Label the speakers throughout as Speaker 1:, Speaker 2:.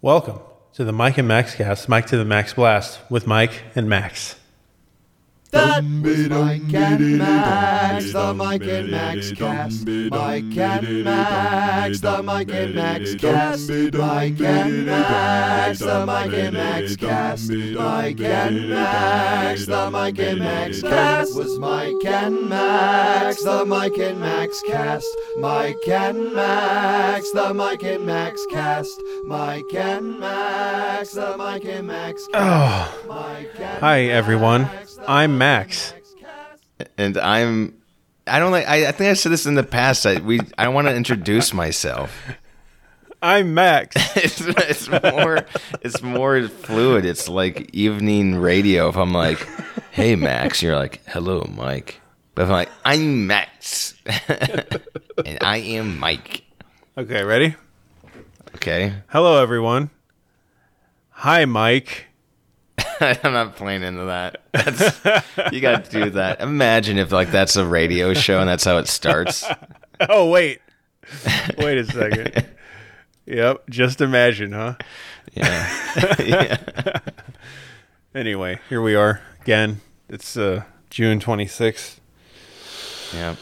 Speaker 1: Welcome to the Mike and Max cast, Mike to the Max Blast with Mike and Max.
Speaker 2: That was Mike and Max, the Mike and Max cast. Mike and Max, the Mike and Max cast. Mike and Max, the Mike and Max cast. Mike and Max, the Mike and Max cast. Was Mike and Max, the Mike and Max cast. Mike and Max, the Mike and Max cast. Mike and Max, the Mike and Max cast. Mike and
Speaker 1: Hi, everyone. I'm Max.
Speaker 3: and I'm I don't like I, I think I said this in the past. I we I want to introduce myself.
Speaker 1: I'm Max.
Speaker 3: It's, it's more it's more fluid. It's like evening radio. If I'm like, hey Max, you're like, hello Mike. But if I'm like, I'm Max, and I am Mike.
Speaker 1: Okay, ready?
Speaker 3: Okay,
Speaker 1: Hello, everyone. Hi, Mike.
Speaker 3: I'm not playing into that. That's, you got to do that. Imagine if like that's a radio show and that's how it starts.
Speaker 1: Oh, wait. Wait a second. yep, just imagine, huh?
Speaker 3: Yeah,
Speaker 1: Anyway, here we are again. It's uh, June 26th,
Speaker 3: yeah.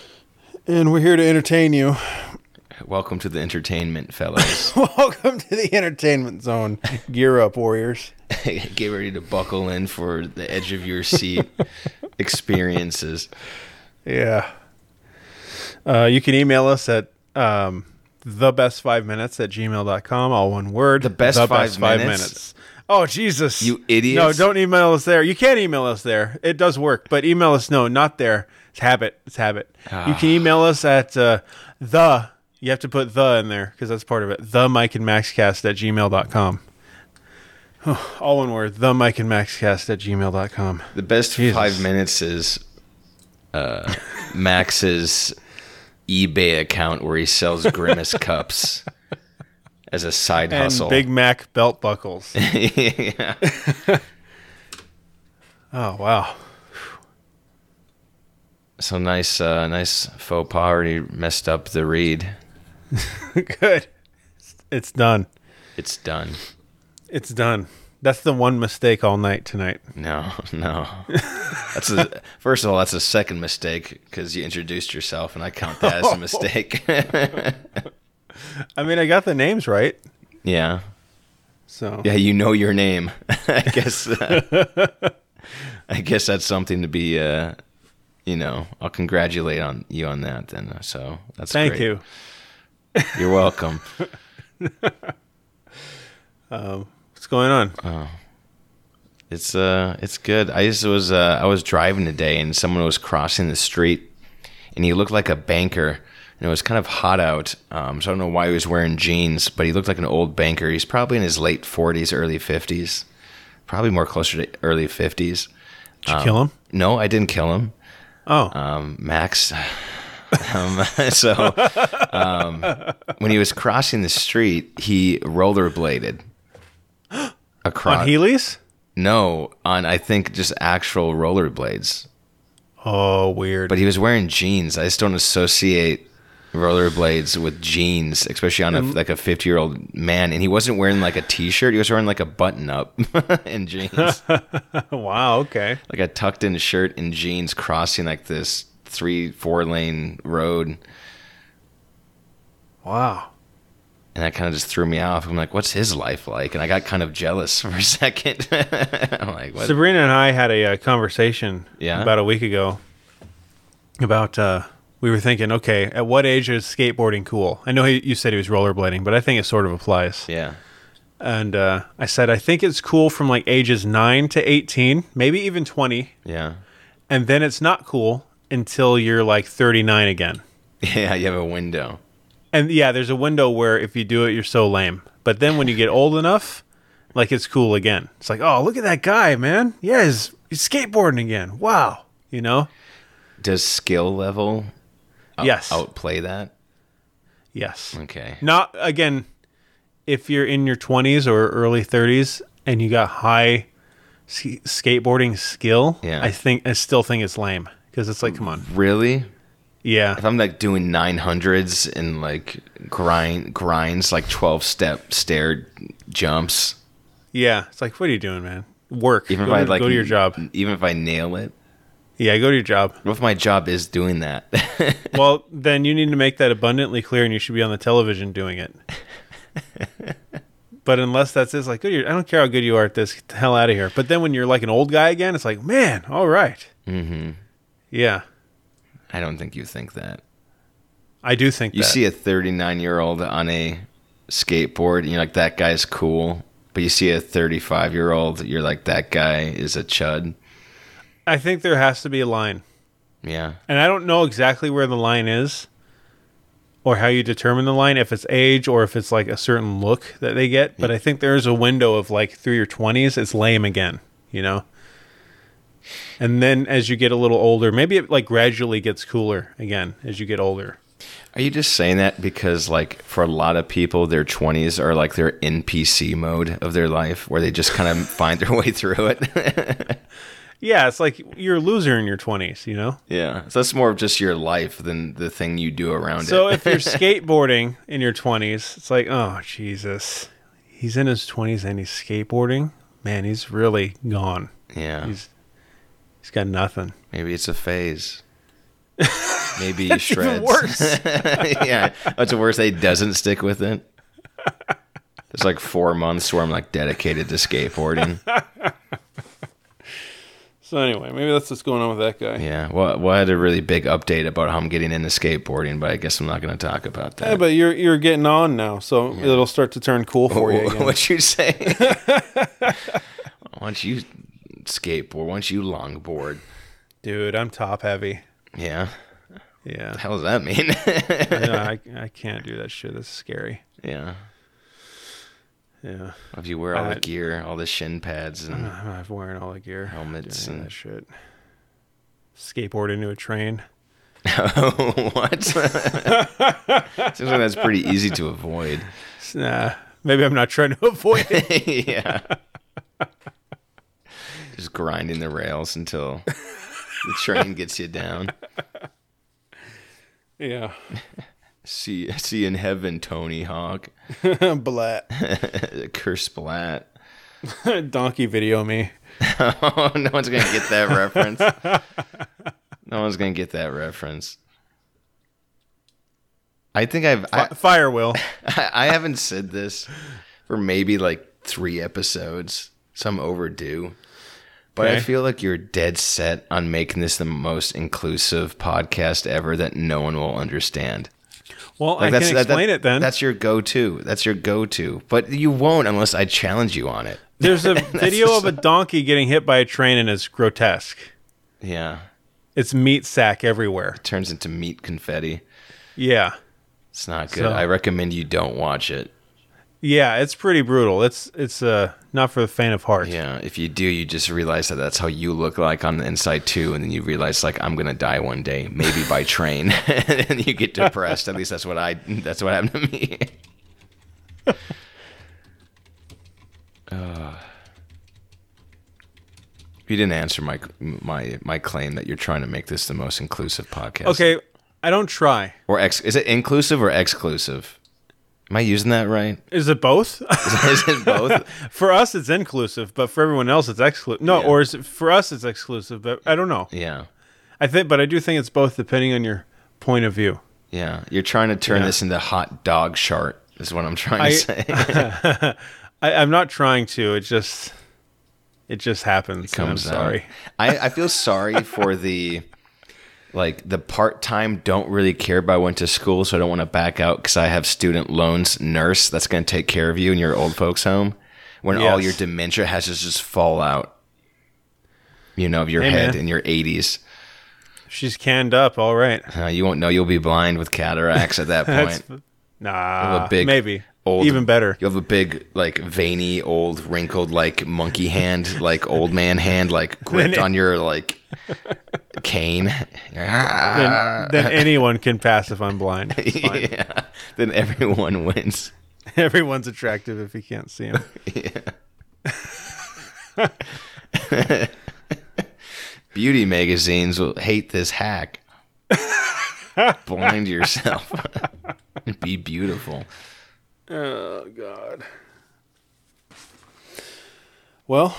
Speaker 1: and we're here to entertain you.
Speaker 3: Welcome to the entertainment, fellas.
Speaker 1: Welcome to the entertainment zone. Gear up, warriors.
Speaker 3: get ready to buckle in for the edge of your seat experiences.
Speaker 1: Yeah. Uh, you can email us at um, the best five minutes at gmail.com, all one word. The
Speaker 3: best five minutes?
Speaker 1: Oh, Jesus.
Speaker 3: You idiots.
Speaker 1: No, don't email us there. You can't email us there. It does work, but email us. No, not there. It's habit. It's habit. You
Speaker 3: Ah.
Speaker 1: can email us at uh, the, you have to put the in there because that's part of it. The Mike and Maxcast at gmail.com. All one word, the Mike and Maxcast at gmail.com.
Speaker 3: The best five minutes is uh, Max's eBay account where he sells Grimace cups as a side
Speaker 1: And
Speaker 3: hustle.
Speaker 1: Big Mac belt buckles.
Speaker 3: yeah.
Speaker 1: oh, wow.
Speaker 3: So nice, uh, nice faux pas. Already messed up the read.
Speaker 1: Good. It's done.
Speaker 3: It's done.
Speaker 1: It's done. That's the one mistake all night tonight.
Speaker 3: No, no. That's a, first of all, that's a second mistake because you introduced yourself, and I count that as a mistake.
Speaker 1: I mean, I got the names right.
Speaker 3: yeah.
Speaker 1: So
Speaker 3: Yeah, you know your name. I guess. Uh, I guess that's something to be. Uh, you know, I'll congratulate on you on that. Then, uh, so that's
Speaker 1: thank
Speaker 3: great.
Speaker 1: you.
Speaker 3: You're welcome.
Speaker 1: What's going on?
Speaker 3: It's uh, it's good. I just was uh, I was driving today, and someone was crossing the street, and he looked like a banker. And it was kind of hot out, um, so I don't know why he was wearing jeans, but he looked like an old banker. He's probably in his late 40s, early 50s, probably more closer to early 50s.
Speaker 1: Did
Speaker 3: Uh,
Speaker 1: you kill him?
Speaker 3: No, I didn't kill him.
Speaker 1: Oh,
Speaker 3: um, Max. um, so um, when he was crossing the street, he rollerbladed across.
Speaker 1: on Heelys?
Speaker 3: no, on I think just actual rollerblades.
Speaker 1: Oh, weird.
Speaker 3: But he was wearing jeans. I just don't associate rollerblades with jeans, especially on a, like a fifty-year-old man. And he wasn't wearing like a t-shirt. He was wearing like a button-up and jeans.
Speaker 1: wow. Okay.
Speaker 3: like a tucked in shirt and jeans crossing like this three four lane road
Speaker 1: Wow.
Speaker 3: and that kind of just threw me off i'm like what's his life like and i got kind of jealous for a second i'm like what
Speaker 1: Sabrina and I had a uh, conversation
Speaker 3: Yeah?
Speaker 1: about a week ago about uh, we were thinking, okay, at what age is skateboarding cool? I know he, you said he was rollerblading, but I think it sort of applies.
Speaker 3: yeah
Speaker 1: And uh, I said I think it's cool from like ages nine to eighteen, maybe even twenty.
Speaker 3: yeah
Speaker 1: and then it's not cool until you're like 39 again.
Speaker 3: yeah you have a window
Speaker 1: And yeah, there's a window where if you do it, you're so lame. But then when you get old enough, like it's cool again. It's like, oh, look at that guy, man. Yeah, he's, he's skateboarding again. Wow. You know?
Speaker 3: does skill level out-
Speaker 1: yes.
Speaker 3: outplay that
Speaker 1: Yes.
Speaker 3: okay
Speaker 1: Not, again, if you're in your 20s or early 30s and you got high sk- skateboarding skill,
Speaker 3: Yeah.
Speaker 1: I think, I still think it's lame because it's like, come on.
Speaker 3: really
Speaker 1: Yeah.
Speaker 3: If I'm like doing nine hundreds and like grind grinds like twelve step stair jumps,
Speaker 1: Yeah. It's like, what are you doing, man? Work.
Speaker 3: even
Speaker 1: go,
Speaker 3: if I
Speaker 1: to,
Speaker 3: like
Speaker 1: go to your job.
Speaker 3: even if I nail it,
Speaker 1: Yeah, go to your job.
Speaker 3: what if my job is doing that?
Speaker 1: Well, then you need to make that abundantly clear, and you should be on the television doing it. but unless that's it, it's like, good, you're- I don't care how good you are at this. Get the hell out of here. But then when you're like an old guy again, it's like, man, all right. Mm-hmm. Yeah,
Speaker 3: I don't think you think that.
Speaker 1: I do think
Speaker 3: You
Speaker 1: that.
Speaker 3: see a 39 year old on a skateboard, and you're like, that guy's cool. But you see a 35 year old, you're like, that guy is a chud.
Speaker 1: I think there has to be a line,
Speaker 3: Yeah.
Speaker 1: and I don't know exactly where the line is, or how you determine the line, if it's age or if it's like a certain look that they get. But I think there is a window of like through your twenties, it's lame again, you know. And then as you get a little older, maybe it like gradually gets cooler again as you get older.
Speaker 3: Are you just saying that because, like, for a lot of people, their 20s are like their NPC mode of their life where they just kind of find their way through it?
Speaker 1: Yeah, it's like you're a loser in your twenties, you know.
Speaker 3: yeah. So that's more of just your life than the thing you do around
Speaker 1: So
Speaker 3: it.
Speaker 1: if you're skateboarding in your 20s, it's like, oh, Jesus. He's in his 20s and he's skateboarding. Man, he's really gone.
Speaker 3: yeah.
Speaker 1: He's he's got nothing.
Speaker 3: Maybe it's a phase. Maybe you shreds.
Speaker 1: worse.
Speaker 3: yeah, that's worse. They doesn't stick with it. There's like four months where I'm like dedicated to skateboarding.
Speaker 1: So anyway, maybe that's what's going on with that guy.
Speaker 3: Yeah, well, well, I had a really big update about how I'm getting into skateboarding, but I guess I'm not going to talk about that.
Speaker 1: Yeah, but you're you're getting on now, so it'll start to turn cool for you.
Speaker 3: Wh-
Speaker 1: Again.
Speaker 3: what you say? Once you skateboard, once you longboard,
Speaker 1: Dude, I'm top heavy.
Speaker 3: yeah.
Speaker 1: Yeah,
Speaker 3: How does that mean?
Speaker 1: no, I I can't do that shit. That's scary.
Speaker 3: yeah,
Speaker 1: Yeah,
Speaker 3: if you wear all the
Speaker 1: Uh,
Speaker 3: gear, all the shin pads, and
Speaker 1: I'm not wearing all the gear,
Speaker 3: Helmets
Speaker 1: doing any
Speaker 3: and-
Speaker 1: of that shit. Skateboard into a train.
Speaker 3: what? Seems like that's pretty easy to avoid.
Speaker 1: Nah, maybe I'm not trying to avoid it.
Speaker 3: yeah. Just grinding the rails until the train gets you down.
Speaker 1: yeah.
Speaker 3: See, see in heaven, Tony Hawk.
Speaker 1: Blat.
Speaker 3: Curse Splat.
Speaker 1: Donkey video me.
Speaker 3: Oh, no one's gonna get that reference. No one's gonna get that reference. I think I've I,
Speaker 1: Fi Fire will.
Speaker 3: I haven't said this for maybe like three episodes, so I'm overdue. But I
Speaker 1: Okay.
Speaker 3: feel like you're dead set on making this the most inclusive podcast ever that no one will understand.
Speaker 1: Well,
Speaker 3: Like
Speaker 1: I can
Speaker 3: that- that-
Speaker 1: explain it then.
Speaker 3: That's your go-to. That's your go-to. But you won't unless I challenge you on it.
Speaker 1: There's a video of a donkey getting hit by a train and it's grotesque.
Speaker 3: Yeah,
Speaker 1: It's meat sack everywhere.
Speaker 3: turns into meat confetti.
Speaker 1: Yeah.
Speaker 3: It's not good.
Speaker 1: So-
Speaker 3: I recommend you don't watch it.
Speaker 1: Yeah, it's pretty brutal. It's it's uh not for the faint of heart.
Speaker 3: Yeah, if you do, you just realize that that's how you look like on the inside too, and then you realize like I'm gonna die one day, maybe by train, and you get depressed. At least that's what I. That's what happened to me. Ugh. Uh, you didn't answer my my my claim that you're trying to make this the most inclusive podcast.
Speaker 1: Okay, I don't try.
Speaker 3: Or ex is it inclusive or exclusive? Am I using that right?
Speaker 1: Is it both?
Speaker 3: is it both?
Speaker 1: for us it's inclusive, but for everyone else it's exclusive. No,
Speaker 3: Yeah.
Speaker 1: or is it, for us it's exclusive, but I don't know.
Speaker 3: Yeah.
Speaker 1: I think but I do think it's both depending on your point of view.
Speaker 3: Yeah, you're trying to turn
Speaker 1: Yeah.
Speaker 3: this into hot dog chart. Is what I'm trying to
Speaker 1: I-
Speaker 3: say. It
Speaker 1: I, I'm not trying to. It just it just happens. and I'm
Speaker 3: comes out.
Speaker 1: sorry.
Speaker 3: I, I feel sorry for the like the part time. Don't really care. But I went to school, so I don't want to back out because I have student loans. Nurse that's going to take care of you in your old folks home when all
Speaker 1: Yes.
Speaker 3: your dementia has to just fall out. You know, of your
Speaker 1: Hey,
Speaker 3: head
Speaker 1: man.
Speaker 3: in your 80s.
Speaker 1: She's canned up. All right.
Speaker 3: Uh, you won't know you'll be blind with cataracts at that point.
Speaker 1: Nah.
Speaker 3: a big
Speaker 1: maybe.
Speaker 3: old-
Speaker 1: Even better.
Speaker 3: You have a big, like, veiny, old, wrinkled, like, monkey hand, like, old man hand, like, gripped
Speaker 1: Then it-
Speaker 3: on your, like, cane. Ah,
Speaker 1: Then, then anyone can pass if I'm blind. It's fine.
Speaker 3: yeah. Then everyone wins.
Speaker 1: Everyone's attractive if you can't see him.
Speaker 3: Beauty magazines will hate this hack. blind yourself. Be beautiful.
Speaker 1: Oh God. Well,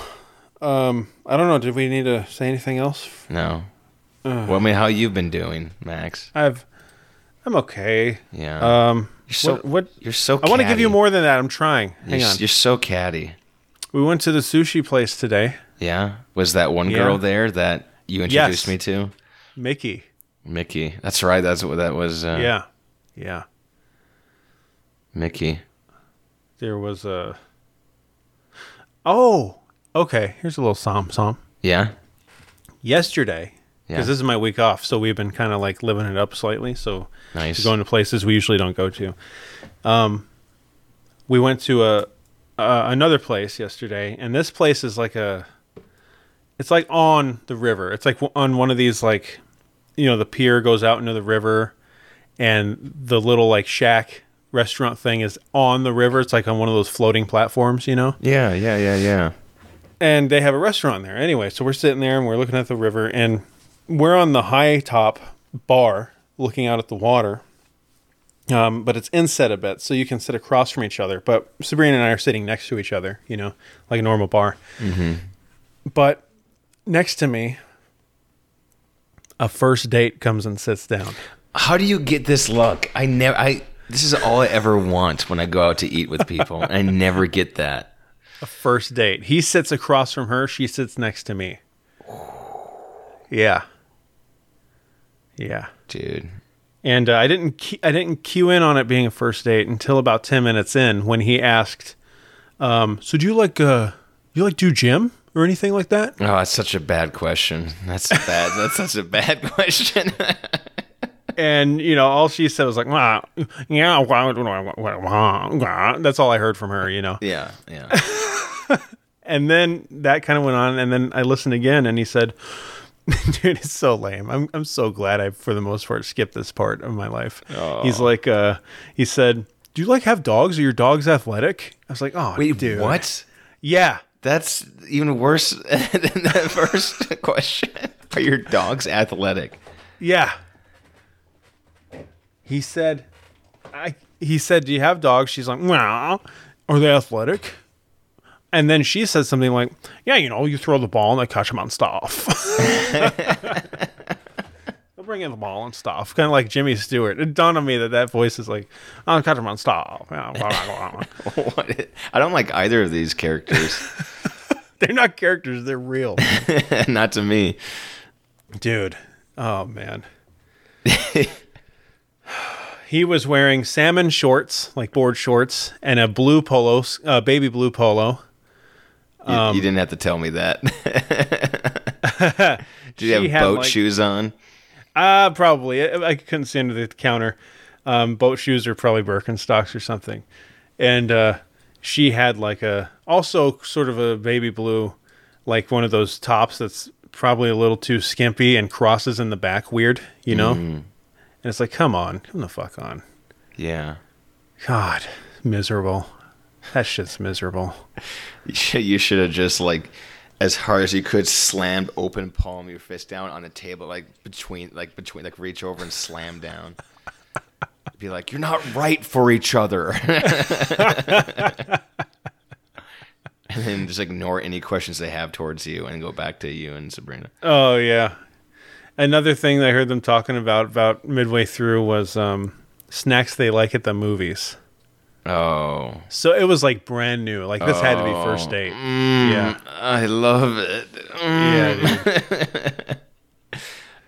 Speaker 1: um, I don't know. Did we need to say anything else?
Speaker 3: No. well, I mean, how you've been doing, Max?
Speaker 1: I've, I'm okay.
Speaker 3: Yeah.
Speaker 1: Um,
Speaker 3: you're so.
Speaker 1: what? what
Speaker 3: you're so.
Speaker 1: I want to give
Speaker 3: catty.
Speaker 1: you more than that. I'm trying. Hang
Speaker 3: You're,
Speaker 1: on.
Speaker 3: you're so catty.
Speaker 1: we went to the sushi place today.
Speaker 3: Yeah. Was that one
Speaker 1: Yeah.
Speaker 3: girl there that you
Speaker 1: Yes.
Speaker 3: introduced me to?
Speaker 1: Mickey.
Speaker 3: Mickey. That's right. That's what that was. Uh,
Speaker 1: Yeah. Yeah.
Speaker 3: Mickey.
Speaker 1: There was a. Oh. Okay. Here's a little psalm. Psalm.
Speaker 3: Yeah.
Speaker 1: Yesterday.
Speaker 3: Yeah.
Speaker 1: Because this is my week off, so we've been kind of like living it up slightly. So
Speaker 3: Nice.
Speaker 1: going to places we usually don't go to. Um, we went to a uh, another place yesterday, and this place is like a. It's like on the river. It's like on one of these like, you know, the pier goes out into the river, and the little like shack restaurant thing is on the river. It's like on one of those floating platforms, you know
Speaker 3: yeah. Yeah. Yeah. Yeah.
Speaker 1: and they have a restaurant there anyway so we're sitting there and we're looking at the river and we're on the high top bar looking out at the water um, but it's inset a bit so you can sit across from each other but sabrina and i are sitting next to each other you know like a normal bar Mm-hmm. but next to me a first date comes and sits down
Speaker 3: How do you get this luck? I never. I. This is all I ever want when I go out to eat with people. and I never get that.
Speaker 1: a first date he sits across from her she sits next to me yeah yeah
Speaker 3: Dude.
Speaker 1: And uh, I didn't key, I didn't cue in on it being a first date until about ten minutes in when he asked, um, "So do you like uh, you like do gym or anything like that?"
Speaker 3: Oh, that's such a bad question. That's a bad. that's such a bad question.
Speaker 1: And you know, all she said was like, "Wah, "Yeah, wah, wah, wah, wah, wah, wah." that's all I heard from her," you know.
Speaker 3: yeah. Yeah.
Speaker 1: And then that kind of went on, and then I listened again, and he said, "Dude, it's so lame. I'm I'm so glad I, for the most part, skipped this part of my life." He's
Speaker 3: Oh.
Speaker 1: like, uh, he said, "Do you like have dogs? Are your dogs athletic?" I was like, "Oh,
Speaker 3: Wait.
Speaker 1: dude,
Speaker 3: What?
Speaker 1: Yeah."
Speaker 3: That's even worse than the first question. Are your dogs athletic?
Speaker 1: Yeah. He said, I, he said, do you have dogs? She's like, well, are they athletic? And then she says something like, yeah, you know, you throw the ball and they catch them on stuff. They'll bring in the ball and stuff. Kind of like Jimmy Stewart. It dawned on me that that voice is like, I'll catch them on stuff. Yeah, blah, blah, blah.
Speaker 3: What? i- I don't like either of these characters.
Speaker 1: they're not characters. They're real.
Speaker 3: Not to me.
Speaker 1: Dude. Oh, man. he was wearing salmon shorts, like board shorts, and a blue polo, uh, baby blue polo.
Speaker 3: You,
Speaker 1: Um,
Speaker 3: you didn't have to tell me that. Did you
Speaker 1: She
Speaker 3: have
Speaker 1: had,
Speaker 3: boat
Speaker 1: like-
Speaker 3: shoes on?
Speaker 1: Uh, probably. I, I couldn't see under the counter. Um, boat shoes are probably Birkenstocks or something. And uh, she had like a, also sort of a baby blue, like one of those tops that's probably a little too skimpy and crosses in the back weird, you know? And it's like, come on, come the fuck on.
Speaker 3: Yeah.
Speaker 1: God, miserable. That shit's miserable.
Speaker 3: You should, you should have just like as hard as you could slammed open palm your fist down on the table like between like between like reach over and slam down. Be like, you're not right for each other. and then just ignore any questions they have towards you and go back to you and Sabrina.
Speaker 1: Oh yeah. Another thing that I heard them talking about about midway through was um, snacks they like at the movies.
Speaker 3: Oh.
Speaker 1: So it was like brand new. Like this had to be first date. Yeah.
Speaker 3: I love it.
Speaker 1: Yeah. dude.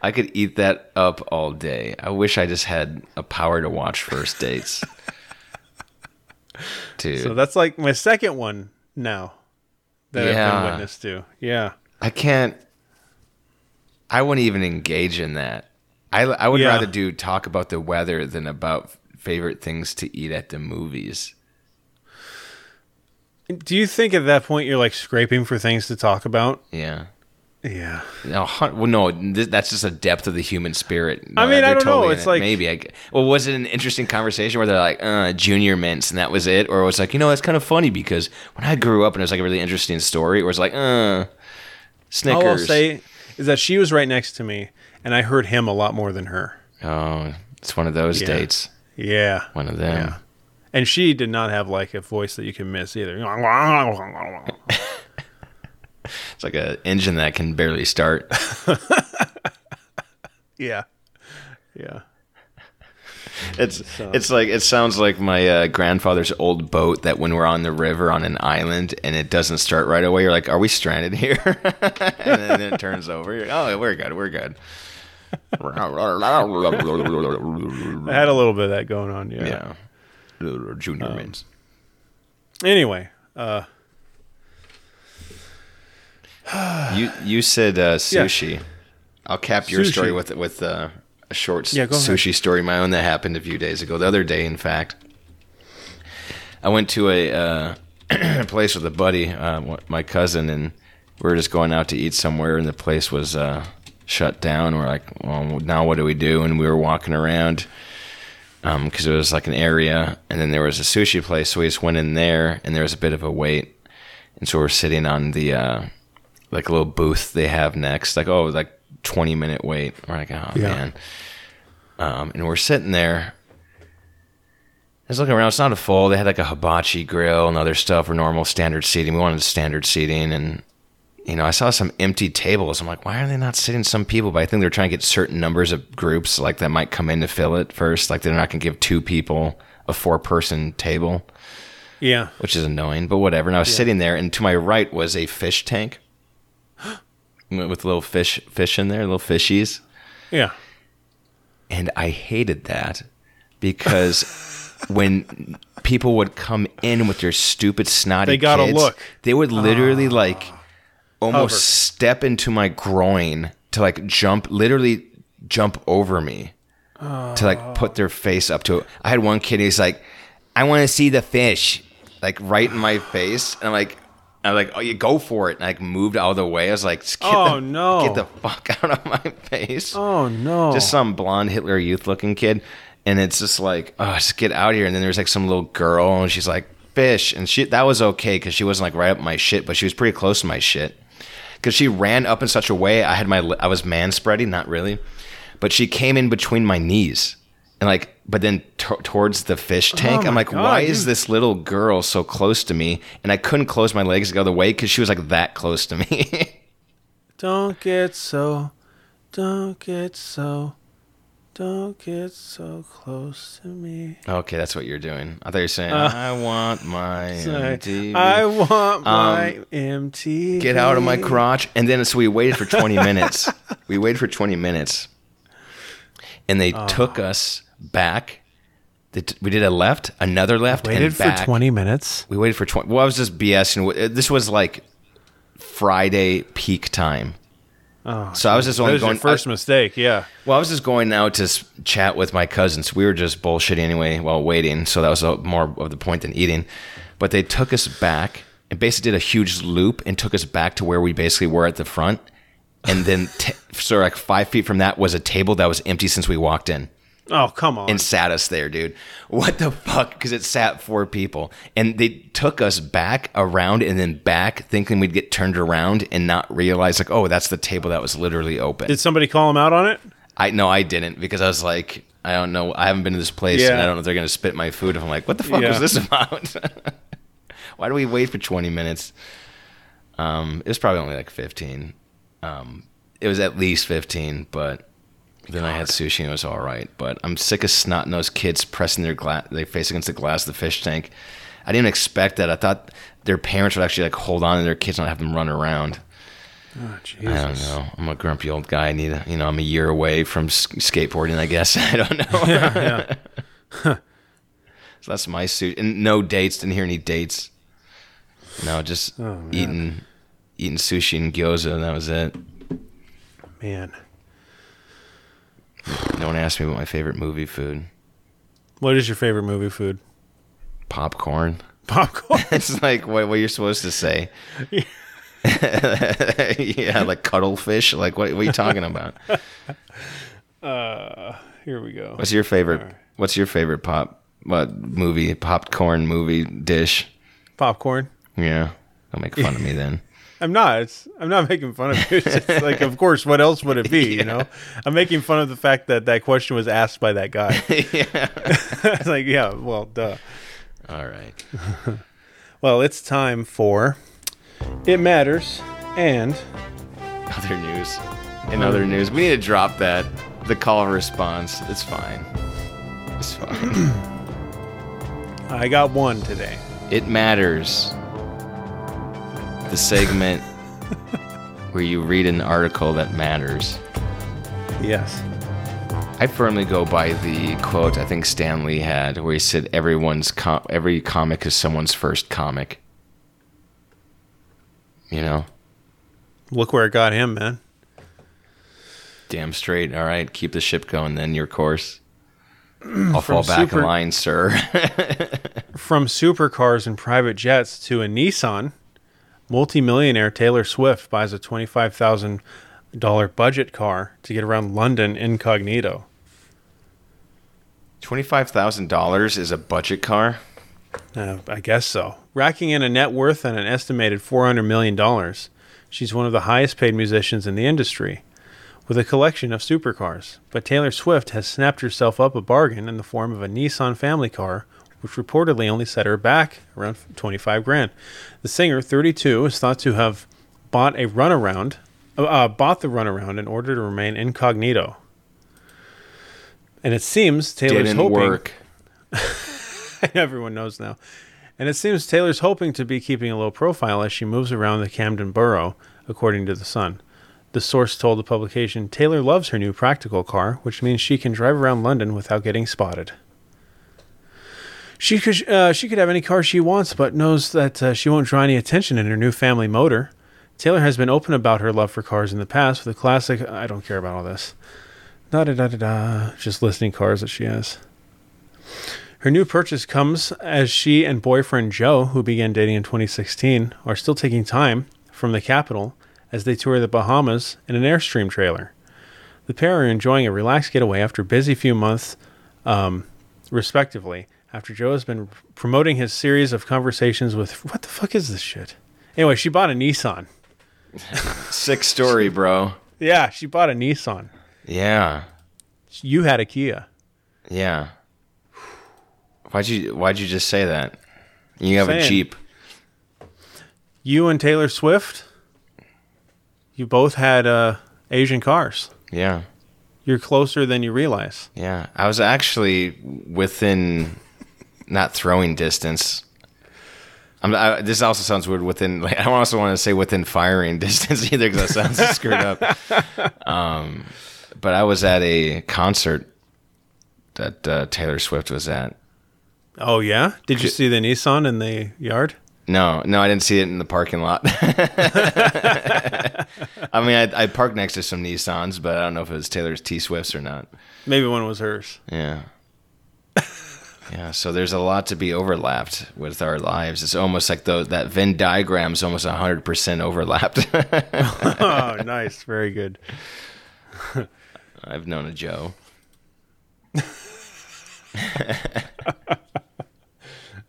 Speaker 3: I could eat that up all day. I wish I just had a power to watch first dates. Dude,
Speaker 1: so that's like my second one now that I've
Speaker 3: Yeah.
Speaker 1: been witness to. Yeah.
Speaker 3: I can't. I wouldn't even engage in that. I, I would
Speaker 1: Yeah.
Speaker 3: rather do talk about the weather than about favorite things to eat at the movies.
Speaker 1: Do you think at that point you're like scraping for things to talk about?
Speaker 3: Yeah.
Speaker 1: Yeah.
Speaker 3: No, hun- well, no, th- that's just a depth of the human spirit. No,
Speaker 1: I mean, I
Speaker 3: they're
Speaker 1: don't know.
Speaker 3: totally in
Speaker 1: It's
Speaker 3: it.
Speaker 1: like-
Speaker 3: maybe. I, g- well, was it an interesting conversation where they're like, uh, "Junior mints," and that was it, or it was like, you know, it's kind of funny because when I grew up and it was like a really interesting story, or it's like, uh, Snickers.
Speaker 1: All I'll say is that she was right next to me and I heard him a lot more than her.
Speaker 3: Oh, it's one of those
Speaker 1: Yeah.
Speaker 3: dates.
Speaker 1: Yeah.
Speaker 3: One of them.
Speaker 1: Yeah. And she did not have like a voice that you can miss either.
Speaker 3: It's like an engine that can barely start.
Speaker 1: yeah. Yeah.
Speaker 3: It's it's like it sounds like my uh, grandfather's old boat that when we're on the river on an island and it doesn't start right away, you're like, "Are we stranded here?" and then it turns over. You're, oh, we're good. We're good.
Speaker 1: I had a little bit of that going on. Yeah.
Speaker 3: yeah. Um, Junior wins.
Speaker 1: Anyway, uh,
Speaker 3: You you said uh, sushi. I'll cap your story
Speaker 1: Sushi.
Speaker 3: with with uh, a short s-
Speaker 1: Yeah, go ahead.
Speaker 3: sushi story. My own that happened a few days ago. The other day, in fact, I went to a uh, place with a buddy, uh, wh- my cousin, and we were just going out to eat somewhere, and the place was uh, shut down. We're like, well, now what do we do? And we were walking around because it was like an area, and then there was a sushi place, so we just went in there, and there was a bit of a wait, and so we're sitting on the uh, like little booth they have next, like oh, like twenty minute wait. We're like, oh man, um, and we're sitting there. I was looking around. It's not a full. They had like a hibachi grill and other stuff or normal standard seating. We wanted standard seating, and you know, I saw some empty tables. I'm like, why are they not sitting some people? But I think they're trying to get certain numbers of groups like that might come in to fill it first. Like they're not going to give two people a four person table,
Speaker 1: yeah.
Speaker 3: which is annoying, but whatever. And I was sitting there, and to my right was a fish tank with little fish fish in there, little fishies.
Speaker 1: Yeah.
Speaker 3: And I hated that because when people would come in with their stupid snotty
Speaker 1: They gotta
Speaker 3: kids,
Speaker 1: look. Ah.
Speaker 3: They would literally like almost step into my groin to like jump, literally jump over me to like put their face up to it. I had one kid who's like, I want to see the fish, like right in my face, and I'm like. I'm like, oh, you go for it, and I like, moved out of the way. I was like, "Get the-
Speaker 1: Oh, no.
Speaker 3: get the fuck out of my face!"
Speaker 1: Oh no.
Speaker 3: just some blonde Hitler youth looking kid. And it's just like, oh, just get out of here. And then there's like some little girl, and she's like, fish. And she that was okay because she wasn't like right up my shit, but she was pretty close to my shit. Because she ran up in such a way, I had my li- I was man spreading, not really, but she came in between my knees and like, but then t- towards the fish tank. I'm
Speaker 1: Oh my
Speaker 3: like,
Speaker 1: God,
Speaker 3: why
Speaker 1: you-
Speaker 3: is this little girl so close to me? And I couldn't close my legs the other way because she was like that close to me.
Speaker 1: don't get so. Don't get so. Don't get so close to me.
Speaker 3: Okay, that's what you're doing. I thought you were saying, I want my
Speaker 1: I,
Speaker 3: MTV.
Speaker 1: Uh, I want my MTV.
Speaker 3: Um, Get out of my crotch. And then, so we waited for 20 minutes. We waited for 20 minutes. And they
Speaker 1: Ah.
Speaker 3: took us back. They t- we did a left, another left,
Speaker 1: Waited
Speaker 3: and
Speaker 1: for
Speaker 3: back.
Speaker 1: twenty minutes.
Speaker 3: We waited for 20. Well, I was just BSing. uh, This was like Friday peak time. Oh, so I was just
Speaker 1: Ah, That
Speaker 3: only
Speaker 1: was
Speaker 3: going
Speaker 1: your first mistake. Yeah.
Speaker 3: well, I was just going out to s- chat with my cousins. We were just bullshitting anyway while waiting, so that was a- more of the point than eating. But they took us back and basically did a huge loop and took us back to where we basically were at the front. And then, t- so like five feet from that was a table that was empty since we walked in
Speaker 1: Oh come on.
Speaker 3: and sat us there, dude. What the fuck? Because it sat four people, and they took us back around and then back, thinking we'd get turned around and not realize like, oh, that's the table that was literally open.
Speaker 1: Did somebody call him out on it?
Speaker 3: I no, I didn't because I was like, I don't know, I haven't been to this place,
Speaker 1: Yeah.
Speaker 3: and I don't know if they're gonna spit my food. If I'm like, what the fuck
Speaker 1: Yeah.
Speaker 3: was this about? Why do we wait for 20 minutes? Um, it was probably only like 15. Um, it was at least 15, but then I had sushi and it was all right. But I'm sick of snot nosed kids pressing their glass, their face against the glass of the fish tank. I didn't expect that. I thought their parents would actually like hold on to their kids and not have them run around.
Speaker 1: Oh,
Speaker 3: I don't
Speaker 1: Jesus.
Speaker 3: know. I'm a grumpy old guy. I need, a, you know, I'm a year away from s- skateboarding. I guess I don't know. so that's my suit. And no dates. Didn't hear any dates. No, just eating, eating sushi and gyoza. And that was it.
Speaker 1: Man.
Speaker 3: No one asked me what my favorite movie food.
Speaker 1: What is your favorite movie food?
Speaker 3: Popcorn.
Speaker 1: Popcorn.
Speaker 3: It's like what, what you're supposed to say. yeah, like cuttlefish. Like what? What are you talking about?
Speaker 1: Here we go.
Speaker 3: What's your favorite? What's your favorite pop? What movie? Popcorn movie dish?
Speaker 1: Popcorn.
Speaker 3: Yeah. Don't make fun of me then.
Speaker 1: I'm not. It's, I'm not making fun of you. It's just like, of course, what else would it be? You know, I'm making fun of the fact that that question was asked by that guy.
Speaker 3: yeah.
Speaker 1: it's like, yeah, well, duh.
Speaker 3: All right.
Speaker 1: Well, it's time for it matters and
Speaker 3: Other news. In other news, we need to drop that. The call and response. It's fine. It's fine.
Speaker 1: I got one today.
Speaker 3: it matters. The segment where you read an article that matters.
Speaker 1: Yes.
Speaker 3: I firmly go by the quote I think Stan Lee had, where he said, "Everyone's com- every comic is someone's first comic." You know,
Speaker 1: Look where it got him, man.
Speaker 3: damn straight. All right, keep the ship going. Then your course. I'll fall back
Speaker 1: super-
Speaker 3: in line, sir.
Speaker 1: From supercars and private jets to a Nissan, multimillionaire Taylor Swift buys a $25,000 budget car to get around London incognito.
Speaker 3: Twenty-five thousand dollars is a budget car.
Speaker 1: Uh, I guess so. Racking in a net worth and an estimated $400 million, she's one of the highest paid musicians in the industry with a collection of supercars. But Taylor Swift has snapped herself up a bargain in the form of a Nissan family car, which reportedly only set her back around 25 grand. The singer, 32, is thought to have bought a runaround, uh, uh, bought the runaround in order to remain incognito. And it seems Taylor's
Speaker 3: Didn't
Speaker 1: hoping
Speaker 3: work.
Speaker 1: Everyone knows now. And it seems Taylor's hoping to be keeping a low profile as she moves around the Camden borough, according to The Sun. The source told the publication Taylor loves her new practical car, which means she can drive around London without getting spotted. She could, uh, she could have any car she wants, but knows that uh, she won't draw any attention in her new family motor. Taylor has been open about her love for cars in the past with a classic. I don't care about all this. Da da da da da. Just listing cars that she has. Her new purchase comes as she and boyfriend Joe, who began dating in 2016, are still taking time from the capital as they tour the Bahamas in an Airstream trailer. The pair are enjoying a relaxed getaway after a busy few months, um, respectively, after Joe has been promoting his series of conversations with. What the fuck is this shit? Anyway, she bought a Nissan.
Speaker 3: Sick story, bro.
Speaker 1: Yeah, she bought a Nissan.
Speaker 3: Yeah.
Speaker 1: You had a Kia.
Speaker 3: Yeah. Why'd you Why'd you just say that? You have a
Speaker 1: Saying.
Speaker 3: Jeep.
Speaker 1: You and Taylor Swift, you both had uh, Asian cars.
Speaker 3: Yeah.
Speaker 1: You're closer than you realize.
Speaker 3: Yeah. I was actually within, not throwing distance. I'm, I, this also sounds weird. Within, like, I also want to say within firing distance either because that sounds screwed up. Um, but I was at a concert that uh, Taylor Swift was at.
Speaker 1: Oh yeah? Did you see the Nissan in the yard?
Speaker 3: No, no, I didn't see it in the parking lot. I mean, I, I parked next to some Nissans, but I don't know if it was Taylor's T Swifts or not.
Speaker 1: Maybe one was hers.
Speaker 3: Yeah. yeah, so there's a lot to be overlapped with our lives. It's almost like though that Venn diagram is almost 100% overlapped.
Speaker 1: oh, nice. Very good.
Speaker 3: I've known a Joe.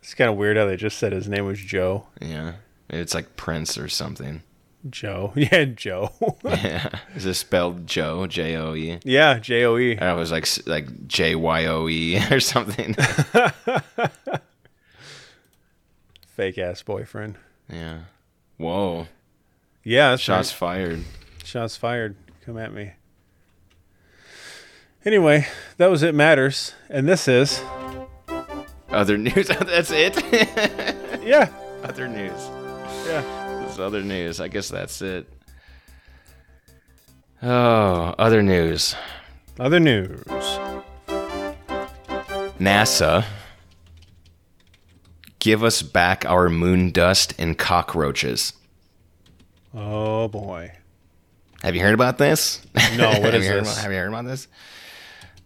Speaker 1: It's kind of weird how they just said his name was Joe.
Speaker 3: Yeah. Maybe it's like Prince or something.
Speaker 1: Joe. Yeah, Joe.
Speaker 3: Yeah. Is it spelled Joe? J O E?
Speaker 1: yeah, J O E.
Speaker 3: I don't know, it was like s- like J Y O E or something.
Speaker 1: Fake ass boyfriend.
Speaker 3: yeah. Whoa.
Speaker 1: Yeah, that's
Speaker 3: Shots fired.
Speaker 1: right. Shots fired. Come at me. Anyway, that was it matters, and this is
Speaker 3: Other news. that's it.
Speaker 1: yeah.
Speaker 3: other news.
Speaker 1: Yeah.
Speaker 3: This other news. I guess that's it. Oh, other news.
Speaker 1: Other news.
Speaker 3: NASA. Give us back our moon dust and cockroaches.
Speaker 1: Oh boy.
Speaker 3: Have you heard about this?
Speaker 1: No, what
Speaker 3: have
Speaker 1: is
Speaker 3: you heard
Speaker 1: this?
Speaker 3: about- have you heard about this?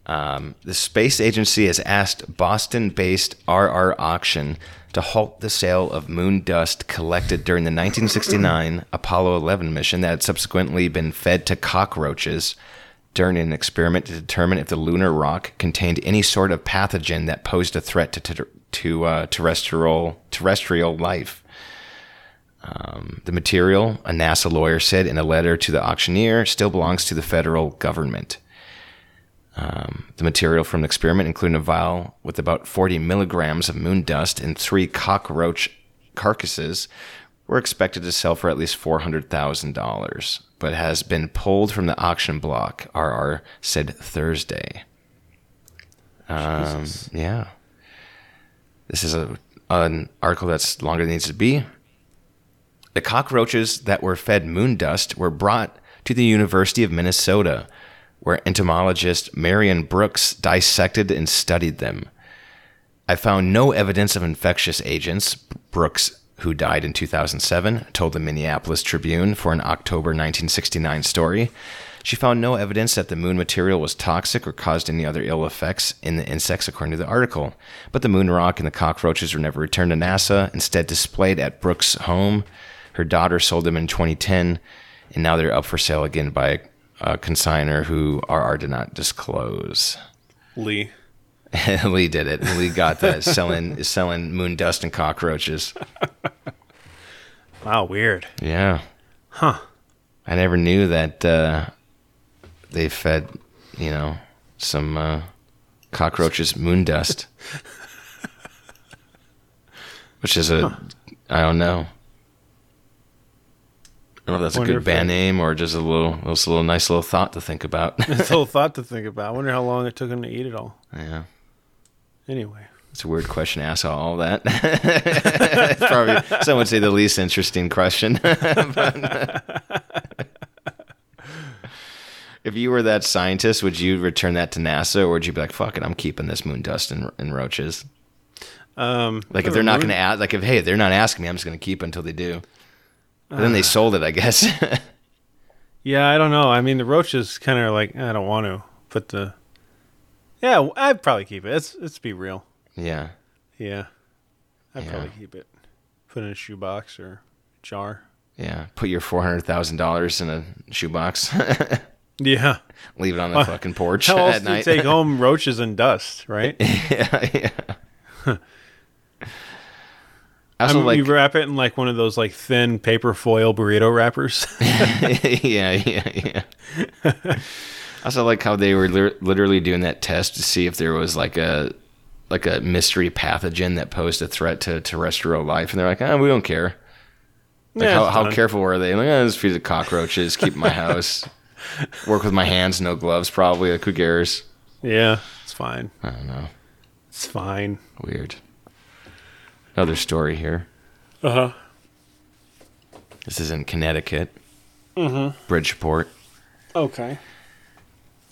Speaker 3: Um, the space agency has asked Boston-based RR Auction to halt the sale of moon dust collected during the 1969 Apollo 11 mission that had subsequently been fed to cockroaches during an experiment to determine if the lunar rock contained any sort of pathogen that posed a threat to ter- to uh, terrestrial terrestrial life. Um, the material, a NASA lawyer said in a letter to the auctioneer, still belongs to the federal government. Um, the material from the experiment included a vial with about 40 milligrams of moon dust and three cockroach carcasses were expected to sell for at least $400,000, but has been pulled from the auction block, RR said Thursday. Um, yeah. This is a, an article that's longer than it needs to be. The cockroaches that were fed moon dust were brought to the University of Minnesota, where entomologist Marion Brooks dissected and studied them. I found no evidence of infectious agents, Brooks, who died in 2007, told the Minneapolis Tribune for an October 1969 story. She found no evidence that the moon material was toxic or caused any other ill effects in the insects, according to the article. But the moon rock and the cockroaches were never returned to NASA, instead, displayed at Brooks' home. Her daughter sold them in 2010, and now they're up for sale again by a consigner who RR did not disclose.
Speaker 1: Lee.
Speaker 3: Lee did it. Lee got that selling is selling moon dust and cockroaches.
Speaker 1: Wow, weird.
Speaker 3: Yeah.
Speaker 1: Huh.
Speaker 3: I never knew that uh, they fed, you know, some uh, cockroaches moon dust, which is a I don't know. I don't know if Oh, that's
Speaker 1: Wonder
Speaker 3: a
Speaker 1: if
Speaker 3: good band
Speaker 1: they-
Speaker 3: name or just a little, just a little nice little thought to think about.
Speaker 1: It's a little thought to think about. I wonder how long it took him to eat it all.
Speaker 3: yeah.
Speaker 1: Anyway.
Speaker 3: It's a weird question to ask all that. it's probably some would say the least interesting question. But- if you were that scientist, would you return that to NASA, or would you be like, "Fuck it, I'm keeping this moon dust and, and roaches"?
Speaker 1: Um,
Speaker 3: Like if they're not
Speaker 1: moon-
Speaker 3: going to ask, like if hey, they're not asking me, I'm just going to keep it until they do. But then
Speaker 1: Ah.
Speaker 3: they sold it, I guess.
Speaker 1: Yeah, I don't know. I mean, the roaches kind of like I don't want to, but the yeah, I'd probably keep it. Let's let's be real.
Speaker 3: yeah,
Speaker 1: Yeah, I'd
Speaker 3: Yeah.
Speaker 1: probably keep it. Put it in a shoebox or jar.
Speaker 3: yeah. Put your four hundred thousand dollars in a shoebox.
Speaker 1: Yeah.
Speaker 3: Leave it on the
Speaker 1: Well,
Speaker 3: fucking porch
Speaker 1: How else
Speaker 3: at
Speaker 1: do you
Speaker 3: night.
Speaker 1: take home roaches and dust, right?
Speaker 3: yeah, yeah. I
Speaker 1: I
Speaker 3: also
Speaker 1: mean,
Speaker 3: like,
Speaker 1: you wrap it in like one of those like thin paper foil burrito wrappers.
Speaker 3: yeah, yeah, yeah. I also like how they were lir- literally doing that test to see if there was like a like a mystery pathogen that posed a threat to terrestrial life, and they're like, "Ah, we don't care." Like,
Speaker 1: Yeah,
Speaker 3: how,
Speaker 1: it's
Speaker 3: how
Speaker 1: done.
Speaker 3: careful were they? Like, "Ah, just feed the cockroaches, keep my house, work with my hands, no gloves, probably. Like, who cares?
Speaker 1: yeah, it's fine.
Speaker 3: I don't know.
Speaker 1: It's fine.
Speaker 3: Weird. Another story here.
Speaker 1: Uh huh.
Speaker 3: This is in Connecticut, Bridgeport.
Speaker 1: Okay.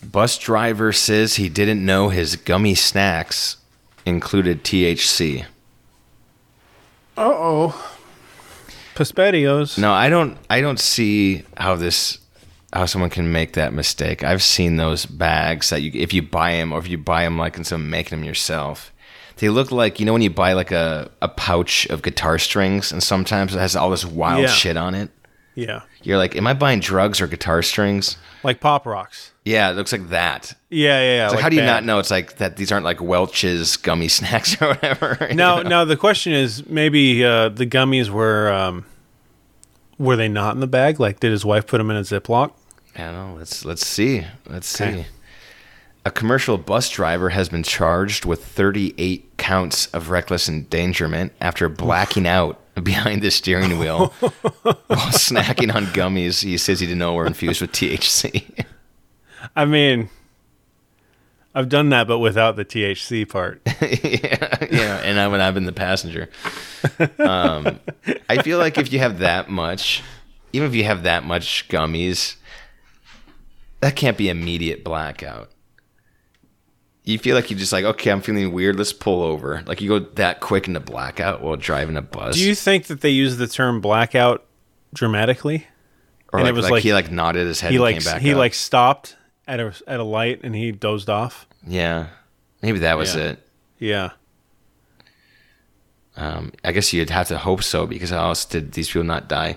Speaker 3: Bus driver says he didn't know his gummy snacks included THC.
Speaker 1: Uh oh. Paspedios.
Speaker 3: No, I don't. I don't see how this, how someone can make that mistake. I've seen those bags that you, if you buy them, or if you buy them like in some making them yourself, they look like you know when you buy like a a pouch of guitar strings, and sometimes it has all this wild
Speaker 1: Yeah.
Speaker 3: shit on it.
Speaker 1: Yeah.
Speaker 3: You're like, am I buying drugs or guitar strings?
Speaker 1: Like pop rocks.
Speaker 3: Yeah, it looks like that.
Speaker 1: Yeah, yeah, yeah.
Speaker 3: So how do you
Speaker 1: bad.
Speaker 3: not know? It's like that. These aren't like Welch's gummy snacks or whatever. you
Speaker 1: Now,
Speaker 3: know?
Speaker 1: now the question is, maybe uh, the gummies were um, were they not in the bag? Like, did his wife put them in a Ziploc?
Speaker 3: I don't know. Let's let's see. Let's
Speaker 1: Okay.
Speaker 3: see. A commercial bus driver has been charged with 38 counts of reckless endangerment after blacking out behind the steering wheel while snacking on gummies. He says he didn't know were infused with THC.
Speaker 1: I mean, I've done that, but without the THC part.
Speaker 3: yeah, yeah, and I when I've been the passenger. Um, I feel like if you have that much, even if you have that much gummies, that can't be immediate blackout. You feel like you just like, okay, I'm feeling weird. Let's pull over. Like you go that quick into blackout while driving a bus,
Speaker 1: Do you think that they use the term blackout dramatically?
Speaker 3: or
Speaker 1: and
Speaker 3: like,
Speaker 1: it was
Speaker 3: like,
Speaker 1: like-
Speaker 3: he like nodded his head
Speaker 1: He
Speaker 3: and
Speaker 1: like
Speaker 3: came back.
Speaker 1: he
Speaker 3: up.
Speaker 1: like stopped at a at a light and he dozed off.
Speaker 3: yeah, maybe that was
Speaker 1: Yeah.
Speaker 3: it.
Speaker 1: Yeah,
Speaker 3: Um, I guess you'd have to hope so because how else did these people not die?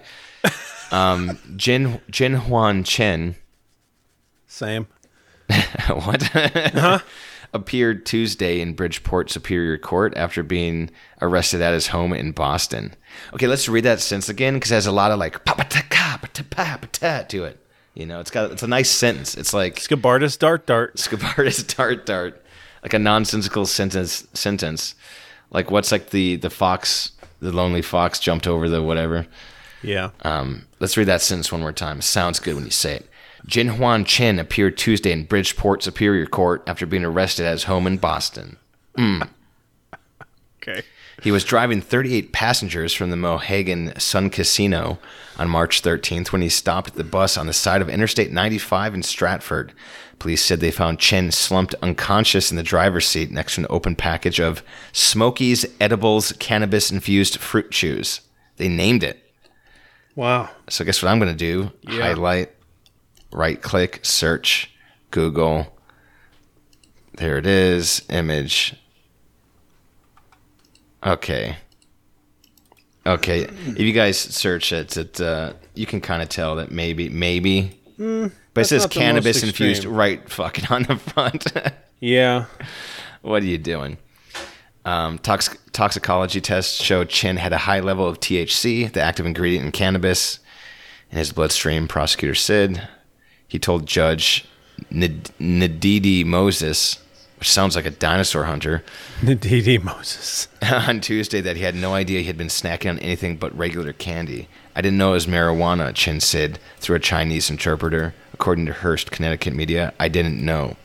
Speaker 3: Um, Jin Jin Huan Chen.
Speaker 1: same.
Speaker 3: what? appeared Tuesday in Bridgeport Superior Court after being arrested at his home in Boston. Okay, let's read that sentence again because it has a lot of like pa-pa-ta-ka-pa-ta-pa-pa-ta to it. You know, it's got it's a nice sentence. It's like
Speaker 1: Scabardus dart dart.
Speaker 3: Scabardus dart dart, like a nonsensical sentence. Sentence, like what's like the the fox, the lonely fox jumped over the whatever.
Speaker 1: Yeah.
Speaker 3: Um, let's read that sentence one more time. Sounds good when you say it. Jin Huan Chen appeared Tuesday in Bridgeport Superior Court after being arrested at his home in Boston. Hmm.
Speaker 1: Okay.
Speaker 3: He was driving 38 passengers from the Mohegan Sun Casino on March 13th when he stopped at the bus on the side of Interstate 95 in Stratford. Police said they found Chen slumped unconscious in the driver's seat next to an open package of Smokies edibles cannabis infused fruit chews. They named it.
Speaker 1: Wow.
Speaker 3: So guess what I'm gonna do? Highlight, right click, search, Google. There it is, image. Okay. Okay. If you guys search it, it uh, you can kind of tell that maybe, maybe. but it
Speaker 1: Hmm, not
Speaker 3: says
Speaker 1: the most
Speaker 3: cannabis infused
Speaker 1: extreme.
Speaker 3: right fucking on the front.
Speaker 1: Yeah.
Speaker 3: What are you doing? Um, tox- toxicology tests show Chin had a high level of THC, the active ingredient in cannabis, in his bloodstream. Prosecutor said he told Judge N- Ndidi Moses, which sounds like a dinosaur hunter,
Speaker 1: Nadidi Moses.
Speaker 3: on Tuesday that he had no idea he had been snacking on anything but regular candy. I didn't know it was marijuana, Chin said through a Chinese interpreter. According to Hearst, Connecticut media, I didn't know.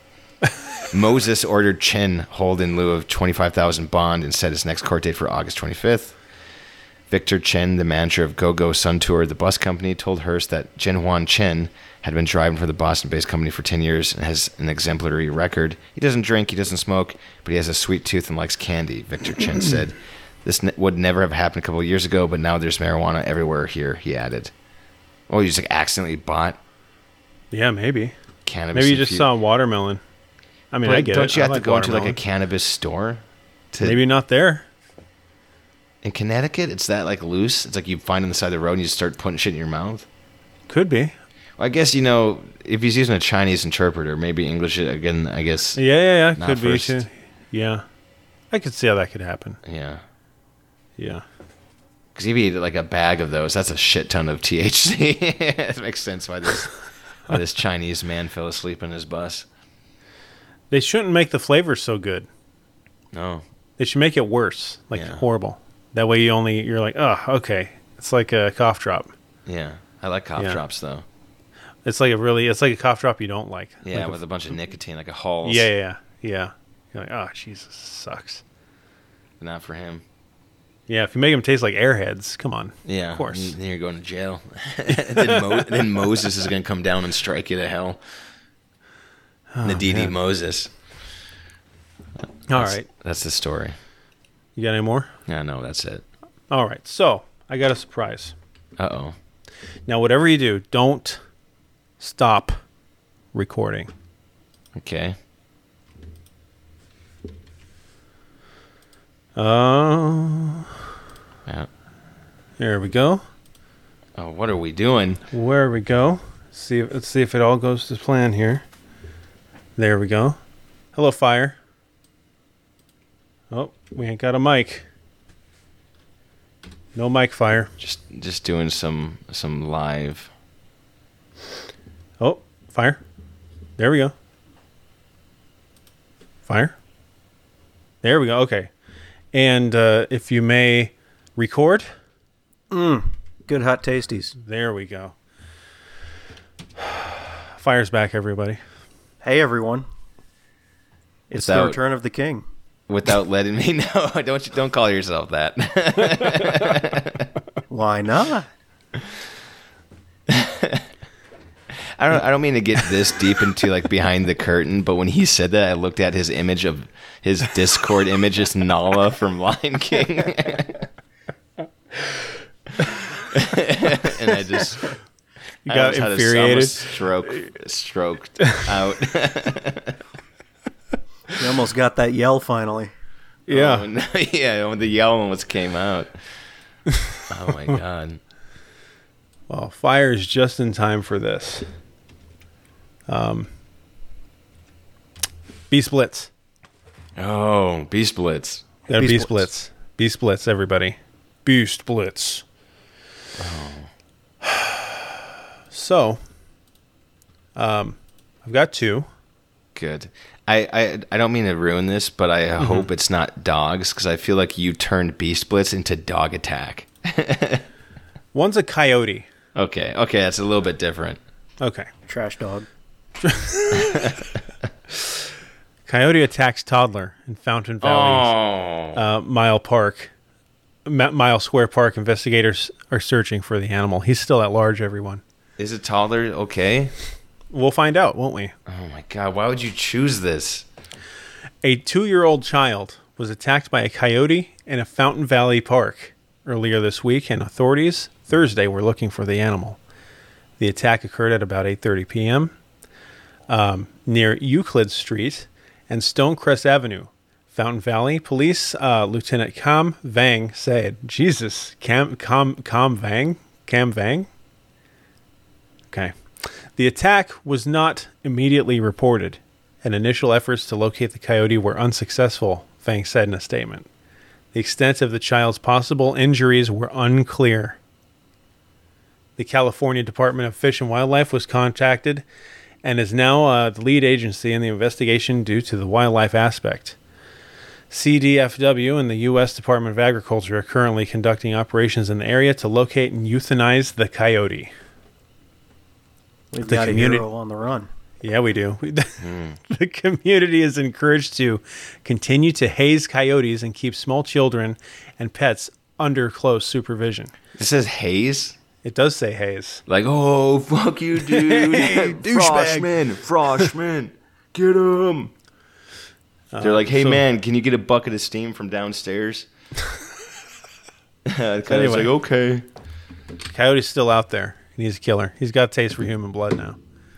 Speaker 3: Moses ordered Chin hold in lieu of 25,000 bond and set his next court date for August 25th. Victor Chen, the manager of Go Go Sun Tour, the bus company, told Hearst that Jin Huan Chen had been driving for the Boston based company for 10 years and has an exemplary record. He doesn't drink, he doesn't smoke, but he has a sweet tooth and likes candy, Victor Chen said. This n- would never have happened a couple of years ago, but now there's marijuana everywhere here, he added. Oh, you just like, accidentally bought
Speaker 1: Yeah, maybe.
Speaker 3: cannabis.
Speaker 1: Maybe you just
Speaker 3: infu-
Speaker 1: saw a watermelon. I mean,
Speaker 3: But
Speaker 1: I get
Speaker 3: don't
Speaker 1: it.
Speaker 3: you
Speaker 1: I
Speaker 3: have
Speaker 1: like
Speaker 3: to go into like a
Speaker 1: watermelon.
Speaker 3: cannabis store? To,
Speaker 1: Maybe not there.
Speaker 3: in Connecticut, it's that like loose. It's like you find on the side of the road and you just start putting shit in your mouth.
Speaker 1: Could be.
Speaker 3: Well, I guess you know if he's using a Chinese interpreter, maybe English again. I guess
Speaker 1: Yeah, yeah, yeah.
Speaker 3: Not
Speaker 1: Could be
Speaker 3: first.
Speaker 1: too. Yeah. I could see how that could happen.
Speaker 3: yeah.
Speaker 1: Yeah.
Speaker 3: Because if you eat like a bag of those, that's a shit ton of THC. it makes sense why this why this Chinese man fell asleep in his bus.
Speaker 1: They shouldn't make the flavor so good.
Speaker 3: No,
Speaker 1: They should make it worse, like
Speaker 3: Yeah.
Speaker 1: horrible. That way you only you're like, oh, okay. It's like a cough drop.
Speaker 3: yeah, I like cough
Speaker 1: Yeah.
Speaker 3: drops though.
Speaker 1: It's like a really, it's like a cough drop you don't like.
Speaker 3: Yeah,
Speaker 1: Like a-
Speaker 3: with a, bunch of nicotine, like a Halls.
Speaker 1: yeah, yeah, yeah, yeah. You're like, oh, Jesus, sucks.
Speaker 3: not for him.
Speaker 1: Yeah, if you make them taste like airheads, come on.
Speaker 3: Yeah,
Speaker 1: of course.
Speaker 3: Then you're going to jail. then, Mo- then Moses is going to come down and strike you to hell. The DD
Speaker 1: Oh, man.
Speaker 3: Moses.
Speaker 1: All right,
Speaker 3: That's the story.
Speaker 1: you got any more?
Speaker 3: Yeah, no, that's it.
Speaker 1: All right, so I got a surprise.
Speaker 3: Uh oh.
Speaker 1: Now, whatever you do, don't stop recording.
Speaker 3: Okay.
Speaker 1: Oh,
Speaker 3: Yeah.
Speaker 1: there we go.
Speaker 3: Oh, what are we doing?
Speaker 1: Where we go? See, if, let's see if it all goes to plan here. There we go. Hello, fire. Oh, we ain't got a mic. No mic, fire.
Speaker 3: Just just doing some some live.
Speaker 1: Oh, fire. There we go. Fire. There we go. Okay. And uh, if you may record,
Speaker 2: Good hot tasties.
Speaker 1: there we go. Fire's back, everybody.
Speaker 2: Hey everyone. It's the
Speaker 3: Without-
Speaker 2: return of the king.
Speaker 3: Without letting me know, don't you don't call yourself that.
Speaker 2: Why not?
Speaker 3: I don't I don't mean to get this deep into like behind the curtain, but when he said that, I looked at his image of his Discord image is Nala from Lion King, and I just
Speaker 1: You
Speaker 3: I
Speaker 1: got
Speaker 3: almost had a-
Speaker 1: infuriated.
Speaker 3: almost stroke stroked out.
Speaker 2: You almost got that yell finally.
Speaker 1: yeah.
Speaker 3: Oh, no, yeah, when the yell almost came out. Oh my god.
Speaker 1: Well, fire is just in time for this. Um, B splits.
Speaker 3: Oh, Beast Blitz.
Speaker 1: They're
Speaker 2: Beast
Speaker 1: Beast, Blitz. Beast Blitz, everybody. Beast Blitz. So, um, I've got two.
Speaker 3: Good. I, I I don't mean to ruin this, but I
Speaker 1: Mm-hmm.
Speaker 3: hope it's not dogs because I feel like you turned Beast Blitz into Dog Attack.
Speaker 1: One's a coyote.
Speaker 3: Okay, okay, that's a little bit different.
Speaker 1: Okay.
Speaker 2: Trash dog.
Speaker 1: Coyote attacks toddler in Fountain Valley's
Speaker 3: Oh,
Speaker 1: uh, Mile Park. Ma- Mile Square Park investigators are searching for the animal. He's still at large, everyone.
Speaker 3: is it taller? Okay.
Speaker 1: We'll find out, won't we?
Speaker 3: Oh my God, why would you choose this?
Speaker 1: A two year old child was attacked by a coyote in a Fountain Valley park earlier this week, and authorities Thursday were looking for the animal. The attack occurred at about 8:30 p.m. um, near Euclid Street and Stonecrest Avenue, Fountain Valley. Police uh, Lieutenant Cam Vang said, "Jesus, Cam Cam Cam Vang, Cam Vang." Okay. The attack was not immediately reported, and initial efforts to locate the coyote were unsuccessful, Fang said in a statement. The extent of the child's possible injuries were unclear. The California Department of Fish and Wildlife was contacted and is now uh, the lead agency in the investigation due to the wildlife aspect. CDFW and the U.S. Department of Agriculture are currently conducting operations in the area to locate and euthanize the coyote.
Speaker 2: We've
Speaker 1: The
Speaker 2: got
Speaker 1: communi-
Speaker 2: a hero on the run.
Speaker 1: Yeah, we do. We- The community is encouraged to continue to haze coyotes and keep small children and pets under close supervision.
Speaker 3: This says haze.
Speaker 1: It does say haze.
Speaker 3: Like, oh fuck you, dude, Froshman, Froshman, get him. They're like, hey
Speaker 1: Uh, so-
Speaker 3: man, can you get a bucket of steam from downstairs? Coyote's
Speaker 1: Anyway.
Speaker 3: like, okay.
Speaker 1: Coyote's still out there. and He's a killer. He's got taste for human blood now.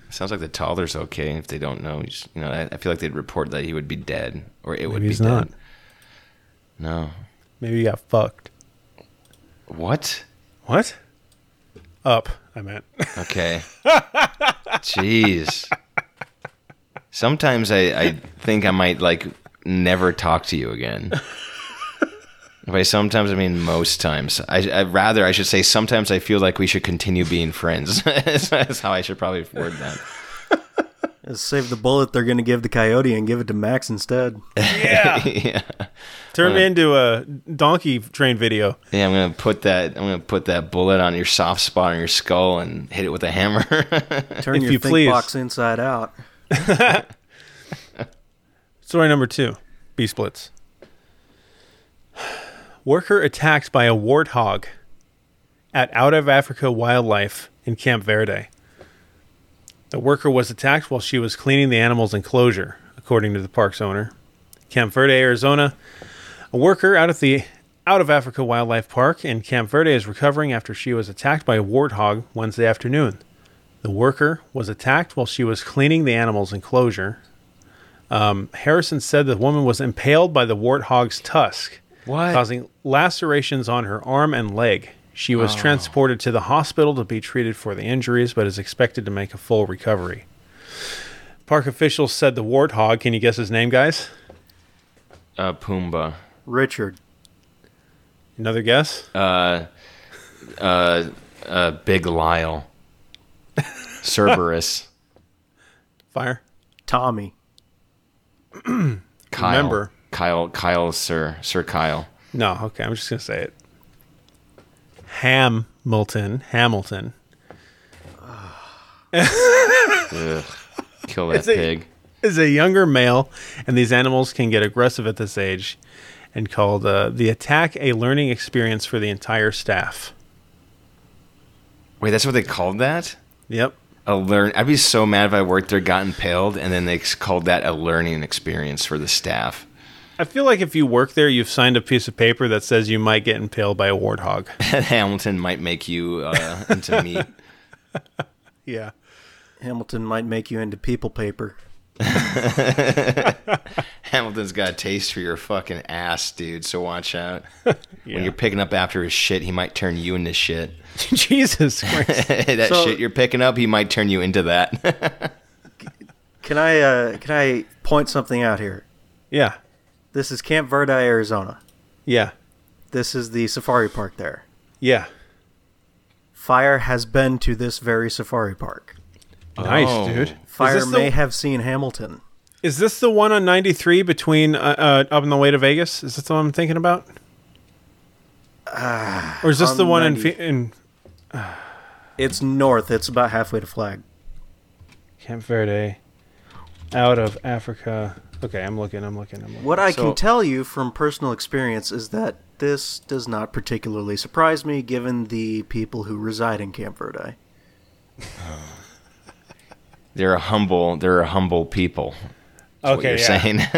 Speaker 3: Sounds like the toddler's okay. If they don't know, he's, you know, I, I feel like they'd report that he would be dead, or it would
Speaker 1: Maybe
Speaker 3: be
Speaker 1: he's
Speaker 3: dead.
Speaker 1: not.
Speaker 3: No.
Speaker 1: Maybe he got fucked.
Speaker 3: What?
Speaker 1: What? Up, I meant.
Speaker 3: Okay. Jeez. Sometimes I, I think I might like never talk to you again. By sometimes I mean most times. I, I rather I should say sometimes I feel like we should continue being friends. That's how I should probably word that.
Speaker 2: Let's save the bullet they're going to give the coyote and give it to Max instead.
Speaker 1: Yeah.
Speaker 3: yeah.
Speaker 1: Turn me into a donkey train video.
Speaker 3: Yeah, I'm gonna put that. I'm gonna put that bullet on your soft spot on your skull and hit it with a hammer.
Speaker 2: Turn
Speaker 1: If
Speaker 2: your
Speaker 1: you
Speaker 2: think
Speaker 1: please.
Speaker 2: box inside out.
Speaker 1: Story number two B splits. Worker attacked by a warthog at Out of Africa Wildlife in Camp Verde. The worker was attacked while she was cleaning the animal's enclosure, according to the park's owner. Camp Verde, Arizona. A worker out of the Out of Africa Wildlife Park in Camp Verde is recovering after she was attacked by a warthog Wednesday afternoon. The worker was attacked while she was cleaning the animal's enclosure, Um, Harrison said the woman was impaled by the warthog's tusk,
Speaker 3: What?
Speaker 1: causing lacerations on her arm and leg. She was transported to the hospital to be treated for the injuries, but is expected to make a full recovery. Park officials said the warthog, can you guess his name, guys?
Speaker 3: Uh, Pumbaa.
Speaker 2: Richard.
Speaker 1: Another guess?
Speaker 3: Uh, Big Lyle. Cerberus.
Speaker 1: Fire?
Speaker 2: Tommy.
Speaker 3: Kyle.
Speaker 1: Remember.
Speaker 3: Kyle, Kyle, Sir, Sir Kyle.
Speaker 1: No, okay, I'm just going to say it. Hamilton. Hamilton.
Speaker 3: Ugh. Kill that
Speaker 1: It's a-
Speaker 3: pig.
Speaker 1: is a younger male, and these animals can get aggressive at this age, and called uh, the attack a learning experience for the entire staff.
Speaker 3: Wait, that's what they called that?
Speaker 1: Yep.
Speaker 3: A learn. I'd be so mad if I worked there, got impaled, and then they ex- called that a learning experience for the staff.
Speaker 1: I feel like if you work there, you've signed a piece of paper that says you might get impaled by a warthog.
Speaker 3: Hamilton might make you uh, into meat.
Speaker 1: yeah.
Speaker 2: Hamilton might make you into people paper.
Speaker 3: Hamilton's got a taste for your fucking ass, dude. So watch out.
Speaker 1: Yeah.
Speaker 3: When you're picking up after his shit, he might turn you into shit.
Speaker 1: Jesus Christ.
Speaker 3: that
Speaker 2: So-
Speaker 3: shit you're picking up, he might turn you into that.
Speaker 2: Can I uh, can I point something out here?
Speaker 1: yeah.
Speaker 4: This is Camp Verde, Arizona.
Speaker 1: Yeah.
Speaker 4: This is the safari park there.
Speaker 1: Yeah.
Speaker 4: Fire has been to this very safari park.
Speaker 1: Nice,
Speaker 3: Oh.
Speaker 1: dude.
Speaker 4: Fire
Speaker 1: is this
Speaker 4: may
Speaker 1: the,
Speaker 4: have seen Hamilton.
Speaker 1: Is this the one on 93 between uh, uh, up on the way to Vegas? Is that the one I'm thinking about? or is this
Speaker 4: on
Speaker 1: the one in,
Speaker 4: 90.
Speaker 1: Phe- in
Speaker 4: It's north. It's about halfway to Flag.
Speaker 1: Camp Verde out of Africa? Okay, I'm looking. I'm looking. I'm looking.
Speaker 4: What I
Speaker 3: So-
Speaker 4: can tell you from personal experience is that this does not particularly surprise me given the people who reside in Camp Verde.
Speaker 3: They're a humble. They're a humble people. That's what
Speaker 1: Okay,
Speaker 3: you're
Speaker 1: yeah.
Speaker 3: saying.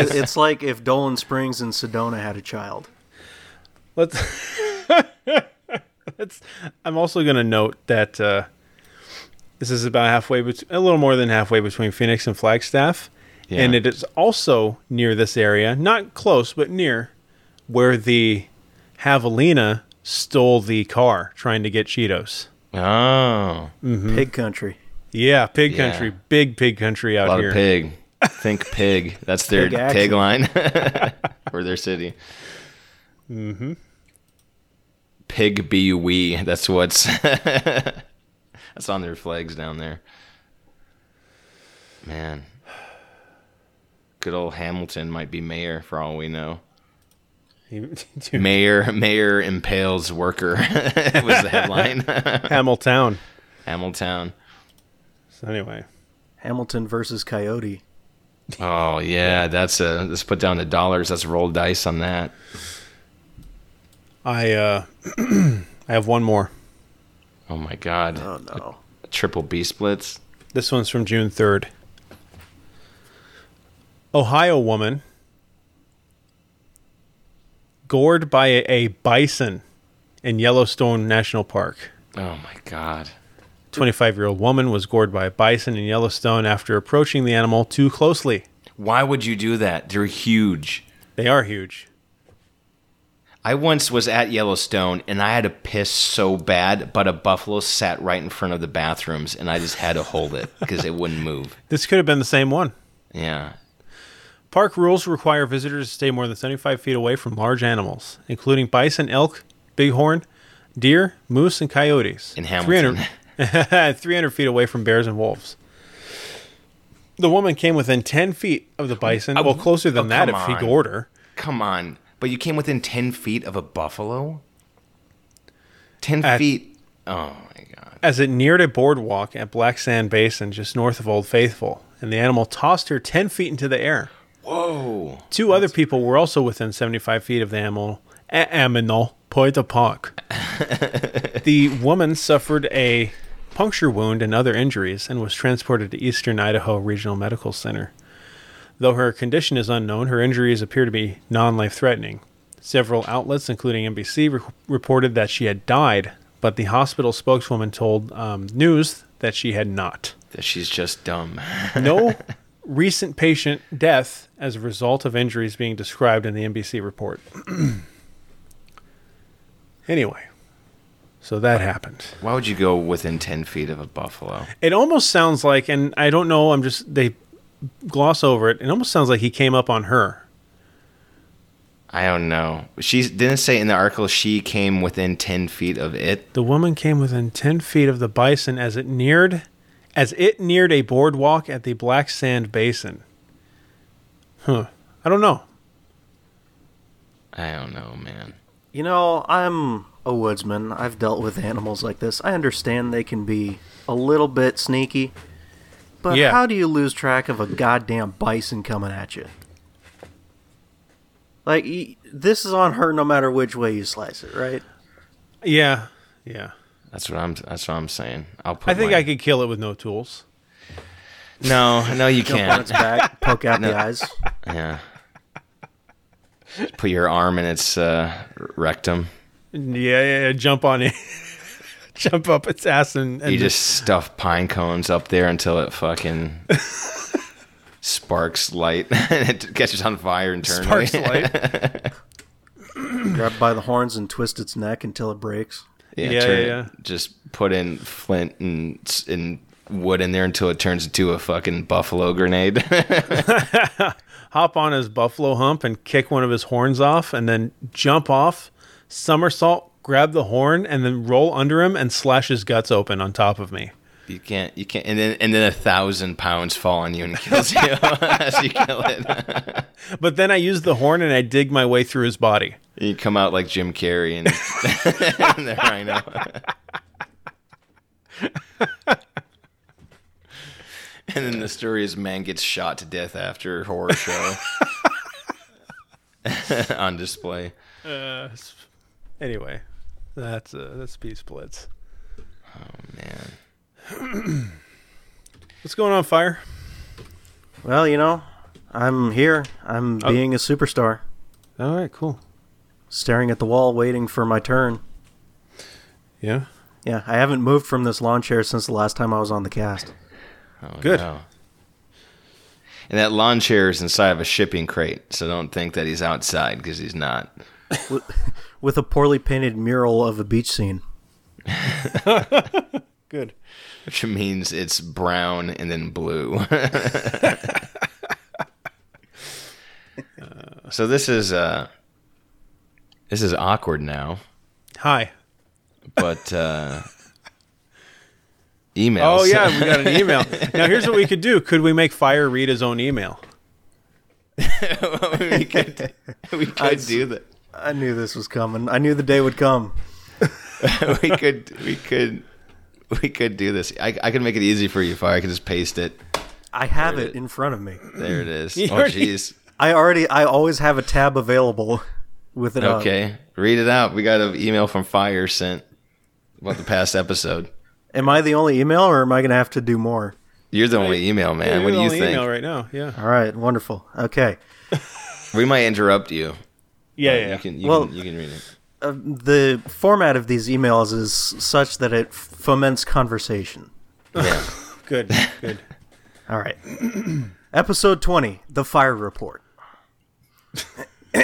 Speaker 4: It- it's like if Dolan Springs and Sedona had a child.
Speaker 1: Let's. Let's. I'm also going to note that uh, this is about halfway, bet- a little more than halfway between Phoenix and Flagstaff,
Speaker 3: Yeah.
Speaker 1: and it is also near this area, not close but near, where the Javelina stole the car trying to get Cheetos.
Speaker 3: oh,
Speaker 4: Pig country.
Speaker 1: Yeah, pig
Speaker 3: Yeah.
Speaker 1: country, big pig country
Speaker 3: a
Speaker 1: out
Speaker 3: lot
Speaker 1: here.
Speaker 3: of pig. Think pig. That's their
Speaker 4: Pig action.
Speaker 3: tagline for their city. Mm-hmm.
Speaker 4: Mm-hmm.
Speaker 3: Pig be we. That's what's. that's on their flags down there. Man, good old Hamilton might be mayor for all we know.
Speaker 1: Dude,
Speaker 3: Mayor, mayor impales worker was the headline.
Speaker 1: Hamiltown.
Speaker 3: Hamilton.
Speaker 1: So anyway,
Speaker 4: Hamilton versus Coyote.
Speaker 3: Oh yeah, that's a let's put down the dollars. That's roll dice on that.
Speaker 1: I uh, I have one more.
Speaker 3: Oh my god,
Speaker 4: Oh no.
Speaker 3: triple B splits.
Speaker 1: This one's from June 3rd. Ohio woman gored by a, a bison in Yellowstone National Park.
Speaker 3: Oh my god.
Speaker 1: 25 year old woman was gored by a bison in Yellowstone after approaching the animal too closely.
Speaker 3: Why would you do that? They're huge.
Speaker 1: They are huge.
Speaker 3: I once was at Yellowstone and I had to piss so bad, but a buffalo sat right in front of the bathrooms and I just had to hold it because it wouldn't move.
Speaker 1: This could have been the same one.
Speaker 3: Yeah.
Speaker 1: Park rules require visitors to stay more than 75 feet away from large animals, including bison, elk, bighorn, deer, moose, and coyotes.
Speaker 3: In Hamilton.
Speaker 1: 300, 300 feet away from bears and wolves. The woman came within 10 feet of the bison.
Speaker 3: Oh,
Speaker 1: well, closer than
Speaker 3: oh,
Speaker 1: that if
Speaker 3: come
Speaker 1: he
Speaker 3: on.
Speaker 1: gored her.
Speaker 3: Come on. But you came within 10 feet of a buffalo? 10
Speaker 1: At-
Speaker 3: feet. Oh my god.
Speaker 1: As it neared a boardwalk at Black Sand Basin just north of Old Faithful, and the animal tossed her 10 feet into the air.
Speaker 3: Whoa.
Speaker 1: Two other people were also within 75 feet of the animal. a- Animal, point de park. the woman suffered a puncture wound and other injuries and was transported to Eastern Idaho Regional Medical Center. Though her condition is unknown, her injuries appear to be non life threatening. Several outlets, including NBC, re- reported that she had died, but the hospital spokeswoman told um, news that she had not
Speaker 3: She's just dumb.
Speaker 1: no recent patient death as a result of injuries being described in the NBC report. anyway, so that happened.
Speaker 3: Why would you go within 10 feet of a buffalo?
Speaker 1: It almost sounds like, and I don't know, I'm just, they gloss over it. It almost sounds like he came up on her.
Speaker 3: I don't know. She didn't say in the article she came within 10 feet of it.
Speaker 1: The woman came within 10 feet of the bison as it neared. As it neared a boardwalk at the Black Sand Basin. Huh. I don't know.
Speaker 3: I don't know, man.
Speaker 4: You know, I'm a woodsman. I've dealt with animals like this. I understand they can be a little bit sneaky. But
Speaker 1: Yeah.
Speaker 4: how do you lose track of a goddamn bison coming at you? Like, y- this is on her no matter which way you slice it, right?
Speaker 1: Yeah. Yeah.
Speaker 3: That's what I'm. That's what I'm saying. I'll put.
Speaker 1: I think
Speaker 3: my-
Speaker 1: I could kill it with no tools.
Speaker 3: No, no, you
Speaker 4: Jump on
Speaker 3: can't.
Speaker 4: its back, poke out the eyes.
Speaker 3: Yeah. Just Put your arm in its uh, rectum.
Speaker 1: Yeah, yeah, yeah, jump on it. jump up its ass and, and
Speaker 3: You just stuff pine cones up there until it fucking sparks light and it catches on fire internally.
Speaker 1: sparks light.
Speaker 4: Grab by the horns and twist its neck until it breaks.
Speaker 3: Yeah,
Speaker 1: Yeah,
Speaker 3: turn
Speaker 1: yeah,
Speaker 3: it- Just put in flint and s- and wood in there until it turns into a fucking buffalo grenade.
Speaker 1: Hop on his buffalo hump and kick one of his horns off, and then jump off, somersault, grab the horn, and then roll under him and slash his guts open on top of me.
Speaker 3: you can't. You can't. And then and then a thousand pounds fall on you and kills you as you kill it.
Speaker 1: But then I use the horn and I dig my way through his body.
Speaker 3: You come out like Jim Carrey and, and the rhino. and then the story is man gets shot to death after a horror show on display.
Speaker 1: Anyway, that's uh, that's peace blitz.
Speaker 3: Man.
Speaker 1: What's going on, fire?
Speaker 4: Well, you know, I'm here. I'm being a superstar,
Speaker 1: All right, cool.
Speaker 4: staring at the wall, waiting for my turn.
Speaker 1: Yeah,
Speaker 4: Yeah, I haven't moved from this lawn chair since the last time I was on the cast.
Speaker 3: Oh,
Speaker 1: Good.
Speaker 3: no. And that lawn chair is inside of a shipping crate, so don't think that he's outside because he's not.
Speaker 4: With, with a poorly painted mural of a beach scene.
Speaker 1: good.
Speaker 3: Which means it's brown and then blue. Uh, so this is uh this is awkward now,
Speaker 1: Hi.
Speaker 3: but uh emails.
Speaker 1: Oh yeah, we got an email. now here's what we could do. Could we make Fire read his own email?
Speaker 3: we could we could do that.
Speaker 4: I knew this was coming. I knew the day would come.
Speaker 3: we could we could we could do this. I I can make it easy for you, Fire. I can just paste it.
Speaker 4: I have it in front of me.
Speaker 3: There it is.
Speaker 1: You
Speaker 3: oh
Speaker 1: already-
Speaker 3: jeez.
Speaker 4: I already, I always have a tab available with it. up.
Speaker 3: Okay. Read it out. We got an email from Fire sent about the past episode.
Speaker 4: Am I the only email, or am I going to have to do more?
Speaker 3: You're the only email man.
Speaker 1: Yeah,
Speaker 3: what
Speaker 1: read
Speaker 3: do you
Speaker 1: his own
Speaker 3: think? Oh,
Speaker 1: Email right now. Yeah.
Speaker 4: All right, wonderful. Okay.
Speaker 3: We might interrupt you.
Speaker 1: Yeah.
Speaker 3: You
Speaker 1: Yeah.
Speaker 3: can you,
Speaker 4: Well-
Speaker 3: can you can read it.
Speaker 4: Uh, the format of these emails is such that it foments conversation.
Speaker 3: Yeah.
Speaker 1: Good. Good.
Speaker 4: All right. Episode 20 The Fire Report.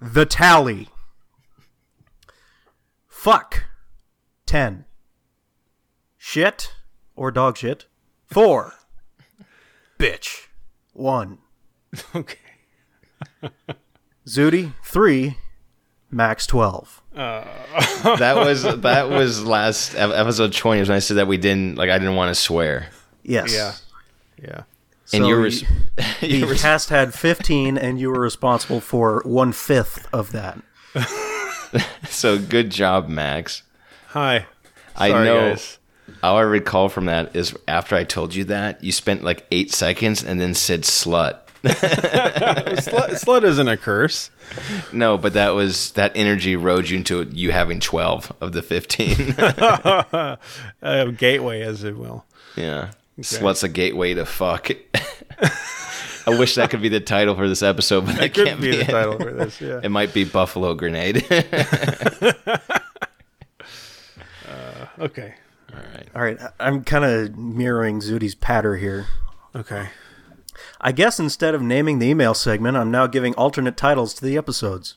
Speaker 4: the Tally. Fuck. 10. Shit or dog shit. 4. Bitch. 1.
Speaker 1: Okay.
Speaker 4: Zooty. 3. Max 12.
Speaker 3: that was that was last ep- episode 20 was when I said that we didn't like I didn't want to swear.
Speaker 4: Yes.
Speaker 1: Yeah. Yeah.
Speaker 3: And
Speaker 4: So
Speaker 3: your
Speaker 4: y-
Speaker 3: res-
Speaker 4: the
Speaker 3: your res-
Speaker 4: cast had 15 and you were responsible for one fifth of that
Speaker 3: so good job, Max.
Speaker 1: Hi.
Speaker 3: I
Speaker 1: Sorry,
Speaker 3: know
Speaker 1: guys.
Speaker 3: all I recall from that is after I told you that, you spent like eight seconds and then said slut.
Speaker 1: Oh, Slut, slut isn't a curse.
Speaker 3: No, but that was that energy rode you into you having twelve of the fifteen.
Speaker 1: Uh, gateway, as it will.
Speaker 3: Yeah. Slut's a gateway to fuck. I wish that could be the title for this episode, but that
Speaker 1: Could
Speaker 3: can't
Speaker 1: be
Speaker 3: be,
Speaker 1: the
Speaker 3: it.
Speaker 1: title for this. Yeah.
Speaker 3: It might be Buffalo Grenade.
Speaker 1: Okay.
Speaker 4: all right I- i'm kind of mirroring zooty's patter here
Speaker 1: Okay.
Speaker 4: i guess instead of naming the email segment i'm now giving alternate titles to the episodes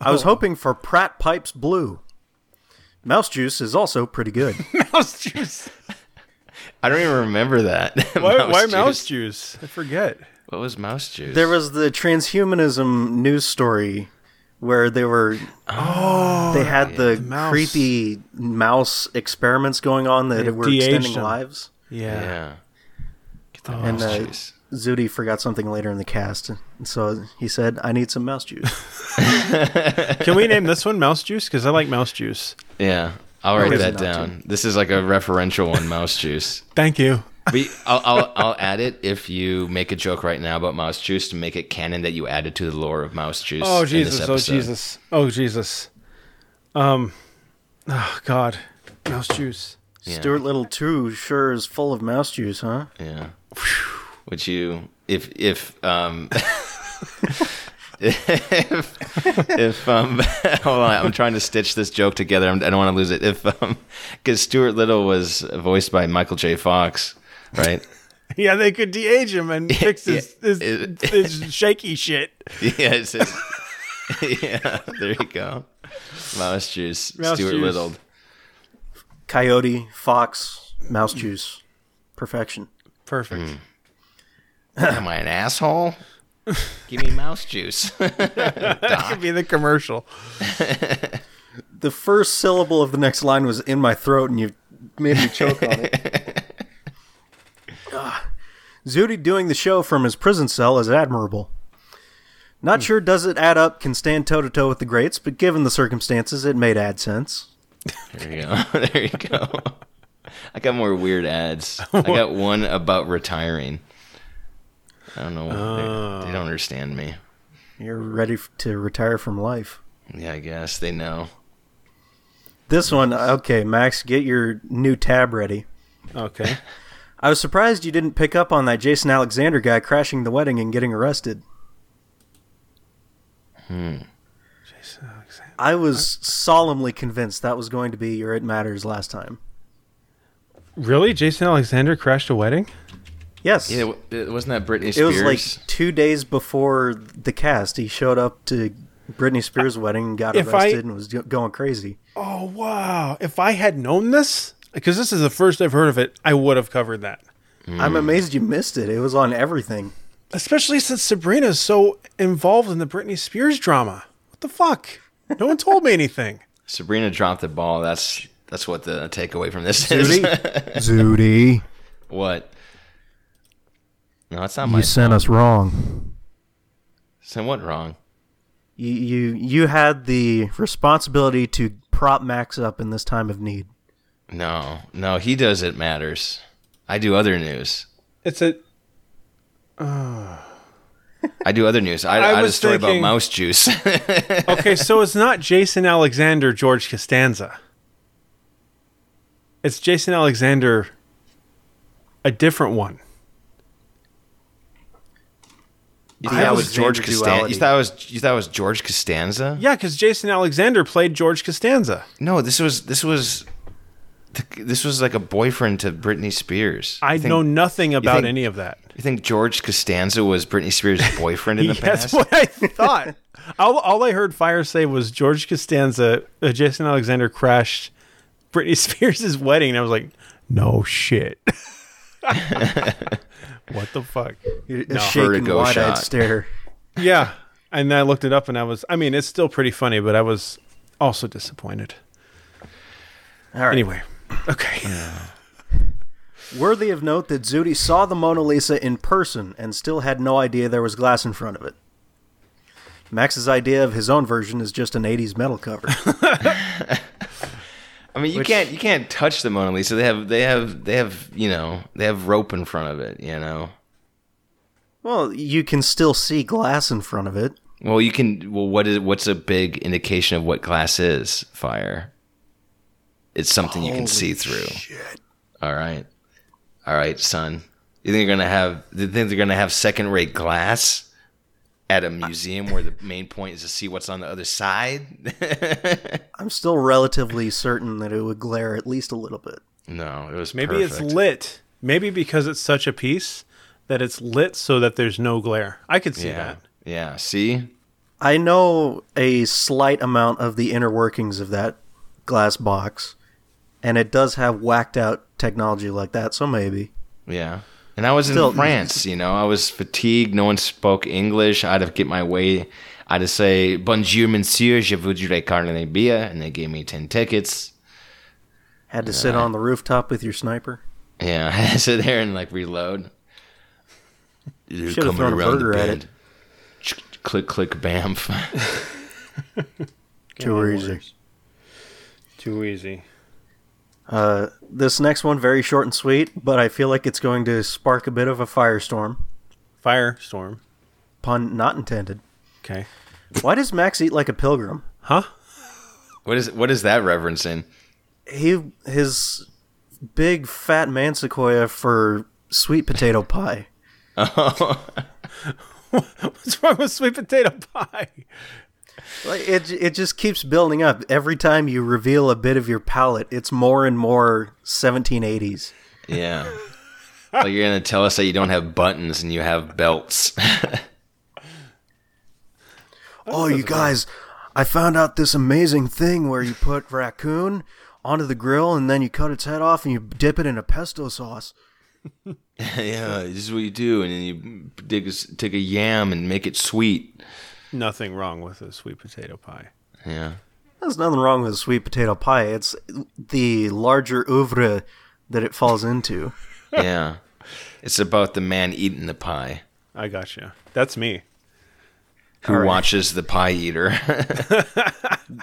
Speaker 4: i
Speaker 1: Oh.
Speaker 4: was hoping for pratt pipes blue mouse juice is also pretty good
Speaker 1: Mouse juice.
Speaker 3: I don't even remember that.
Speaker 1: Why? why
Speaker 3: juice.
Speaker 1: mouse juice? I forget.
Speaker 3: What was mouse juice?
Speaker 4: there was the transhumanism news story where they were oh they had the,
Speaker 1: mouse.
Speaker 4: creepy mouse experiments going on that
Speaker 1: They
Speaker 4: were
Speaker 1: de-aged Oh,
Speaker 4: extending
Speaker 1: them.
Speaker 4: lives
Speaker 1: Yeah.
Speaker 3: yeah. Get the
Speaker 4: And,
Speaker 3: mouse
Speaker 4: uh,
Speaker 3: juice.
Speaker 4: Zooty forgot something later in the cast, and so he said, "I need some mouse juice."
Speaker 1: Can we name this one mouse juice? Because I like mouse juice.
Speaker 3: Yeah. I'll write
Speaker 4: reason
Speaker 3: that
Speaker 4: not to.
Speaker 3: down. This is like a referential one, mouse juice.
Speaker 1: Thank you.
Speaker 3: But I'll, I'll, I'll add it if you make a joke right now about mouse juice to make it canon that you added to the lore of mouse juice.
Speaker 1: Oh
Speaker 3: in this
Speaker 1: Jesus! Oh
Speaker 3: episode.
Speaker 1: Jesus! Oh Jesus! Um, oh God, mouse juice.
Speaker 4: Stuart Little too sure is full of mouse juice, huh?
Speaker 3: Yeah. Would you if if um if, if um hold on I'm trying to stitch this joke together I'm, I don't want to lose it if um because Stuart Little was voiced by Michael J Fox right
Speaker 1: Yeah, they could de-age him and fix his, his,
Speaker 3: Yeah.
Speaker 1: his shaky shit.
Speaker 3: yeah it says, yeah there you go mouse juice
Speaker 1: Mouse
Speaker 3: Stuart
Speaker 1: juice.
Speaker 3: Little
Speaker 4: Coyote, fox, Mouse juice. Perfection.
Speaker 1: Perfect.
Speaker 3: Am I an asshole? Give me mouse juice.
Speaker 1: That could be the commercial.
Speaker 4: The first syllable of the next line was in my throat, and you made me choke on it. Ah. Zudi doing the show from his prison cell is admirable. Not sure does it add up, can stand toe to toe with the greats, but given the circumstances, it made ad sense.
Speaker 3: There you go. There you go. I got more weird ads. I got one about retiring. I don't know. They, they don't understand me.
Speaker 4: You're ready f- to retire from life.
Speaker 3: Yeah, I guess they know.
Speaker 4: This one, okay, Max, get your new tab ready.
Speaker 1: Okay.
Speaker 4: I was surprised you didn't pick up on that Jason Alexander guy crashing the wedding and getting arrested.
Speaker 1: Jason Alexander.
Speaker 4: I was solemnly convinced that was going to be your It Matters last time.
Speaker 1: Really? Jason Alexander crashed a wedding?
Speaker 4: Yes.
Speaker 3: Yeah, w- it- wasn't that Britney Spears?
Speaker 4: it was like two days before the cast. He showed up to Britney Spears' wedding and got
Speaker 1: If I-
Speaker 4: arrested and was go- going crazy.
Speaker 1: Oh wow! If I had known this, because this is the first I've heard of it, I would have covered that.
Speaker 3: Hmm.
Speaker 4: I'm amazed you missed it. It was on everything.
Speaker 1: Especially since Sabrina's so involved in the Britney Spears drama. What the fuck? No one told me anything.
Speaker 3: Sabrina dropped the ball. That's that's what the takeaway from this is.
Speaker 4: Zooty,
Speaker 3: what? No, it's not my.
Speaker 4: sent us wrong.
Speaker 3: Sent what wrong?
Speaker 4: You, you you had the responsibility to prop Max up in this time of need.
Speaker 3: No, no, he does. It matters. I do other news.
Speaker 1: It's a
Speaker 3: I do other news. I, I,
Speaker 1: I
Speaker 3: had a
Speaker 1: was
Speaker 3: story
Speaker 1: thinking-
Speaker 3: about mouse juice.
Speaker 1: okay. So it's not Jason Alexander, George Costanza. It's Jason Alexander, a different one.
Speaker 3: You thought it was George
Speaker 4: Alexander
Speaker 3: Costanza?
Speaker 4: duality.
Speaker 3: You thought it was you thought it was George Costanza?
Speaker 1: Yeah, because Jason Alexander played George Costanza.
Speaker 3: No, this was this was this was like a boyfriend to Britney Spears.
Speaker 1: I
Speaker 3: You think-
Speaker 1: know nothing about
Speaker 3: think-
Speaker 1: any of that.
Speaker 3: You think George Costanza was Britney Spears' boyfriend in the
Speaker 1: That's
Speaker 3: past?
Speaker 1: what I thought. all, all I heard Fire say was George Costanza, uh, Jason Alexander crashed Britney Spears' wedding. And I was like, no shit. what the fuck?
Speaker 4: A shaking,
Speaker 3: Vertigo
Speaker 4: wide-eyed
Speaker 3: shot.
Speaker 4: stare.
Speaker 1: Yeah. And then I looked it up and I was, I mean, it's still pretty funny, but I was also disappointed.
Speaker 4: All right.
Speaker 1: Anyway, okay.
Speaker 4: Worthy of note that Zudi saw the Mona Lisa in person and still had no idea there was glass in front of it. Max's idea of his own version is just an 80s metal cover.
Speaker 3: I mean, you can't you can't touch the Mona Lisa. They have they have they have you know they have rope in front of it. You know.
Speaker 4: well, you can still see glass in front of it.
Speaker 3: Well, you can. Well, what is what's a big indication of what glass is? Fire. It's something you can see through. All right, all right, son. You think they're gonna have? You think they're gonna have second-rate glass at a museum where the main point is to see what's on the other side?
Speaker 4: I'm still relatively certain that it would glare at least a little bit.
Speaker 3: no, it was
Speaker 1: Maybe
Speaker 3: perfect.
Speaker 1: it's lit. Maybe because it's such a piece that it's lit so that there's no glare. I could see
Speaker 3: Yeah,
Speaker 1: that.
Speaker 3: yeah. See,
Speaker 4: I know a slight amount of the inner workings of that glass box, and it does have whacked out technology like that, so maybe.
Speaker 3: Yeah. And I was
Speaker 4: Still-
Speaker 3: in France, you know. I was fatigued. No one spoke English. I'd have get my way. I'd have say, Bonjour, monsieur, je voudrais carne de beer. And they gave me 10 tickets.
Speaker 4: Had to sit on the rooftop with your sniper.
Speaker 3: Yeah, I had to sit there and like reload. They're
Speaker 4: Should've thrown a burger at it.
Speaker 3: Ch- Click, click, bamf.
Speaker 4: Too easy.
Speaker 1: Too easy.
Speaker 4: Uh, this next one very short and sweet, but I feel like it's going to spark a bit of a firestorm.
Speaker 1: Firestorm.
Speaker 4: Pun not intended.
Speaker 1: Okay.
Speaker 4: Why does Max eat like a pilgrim?
Speaker 1: Huh?
Speaker 3: what, is, what is that referencing?
Speaker 4: He his big fat man sequoia for sweet potato pie.
Speaker 1: What's wrong with sweet potato pie?
Speaker 4: Like it it just keeps building up. Every time you reveal a bit of your palate, it's more and more 1780s.
Speaker 3: Yeah. like you're going to tell us that you don't have buttons and you have belts.
Speaker 4: Oh, you guys, I found out this amazing thing where you put raccoon onto the grill, and then you cut its head off and you dip it in a pesto sauce.
Speaker 3: yeah, this is what you do, and then you dig a, take a yam and make it sweet.
Speaker 1: Nothing wrong with a sweet potato pie.
Speaker 3: Yeah,
Speaker 4: There's nothing wrong with a sweet potato pie. It's the larger oeuvre that it falls into.
Speaker 3: yeah. It's about the man eating the pie
Speaker 1: I gotcha. That's me.
Speaker 3: who watches the pie eater.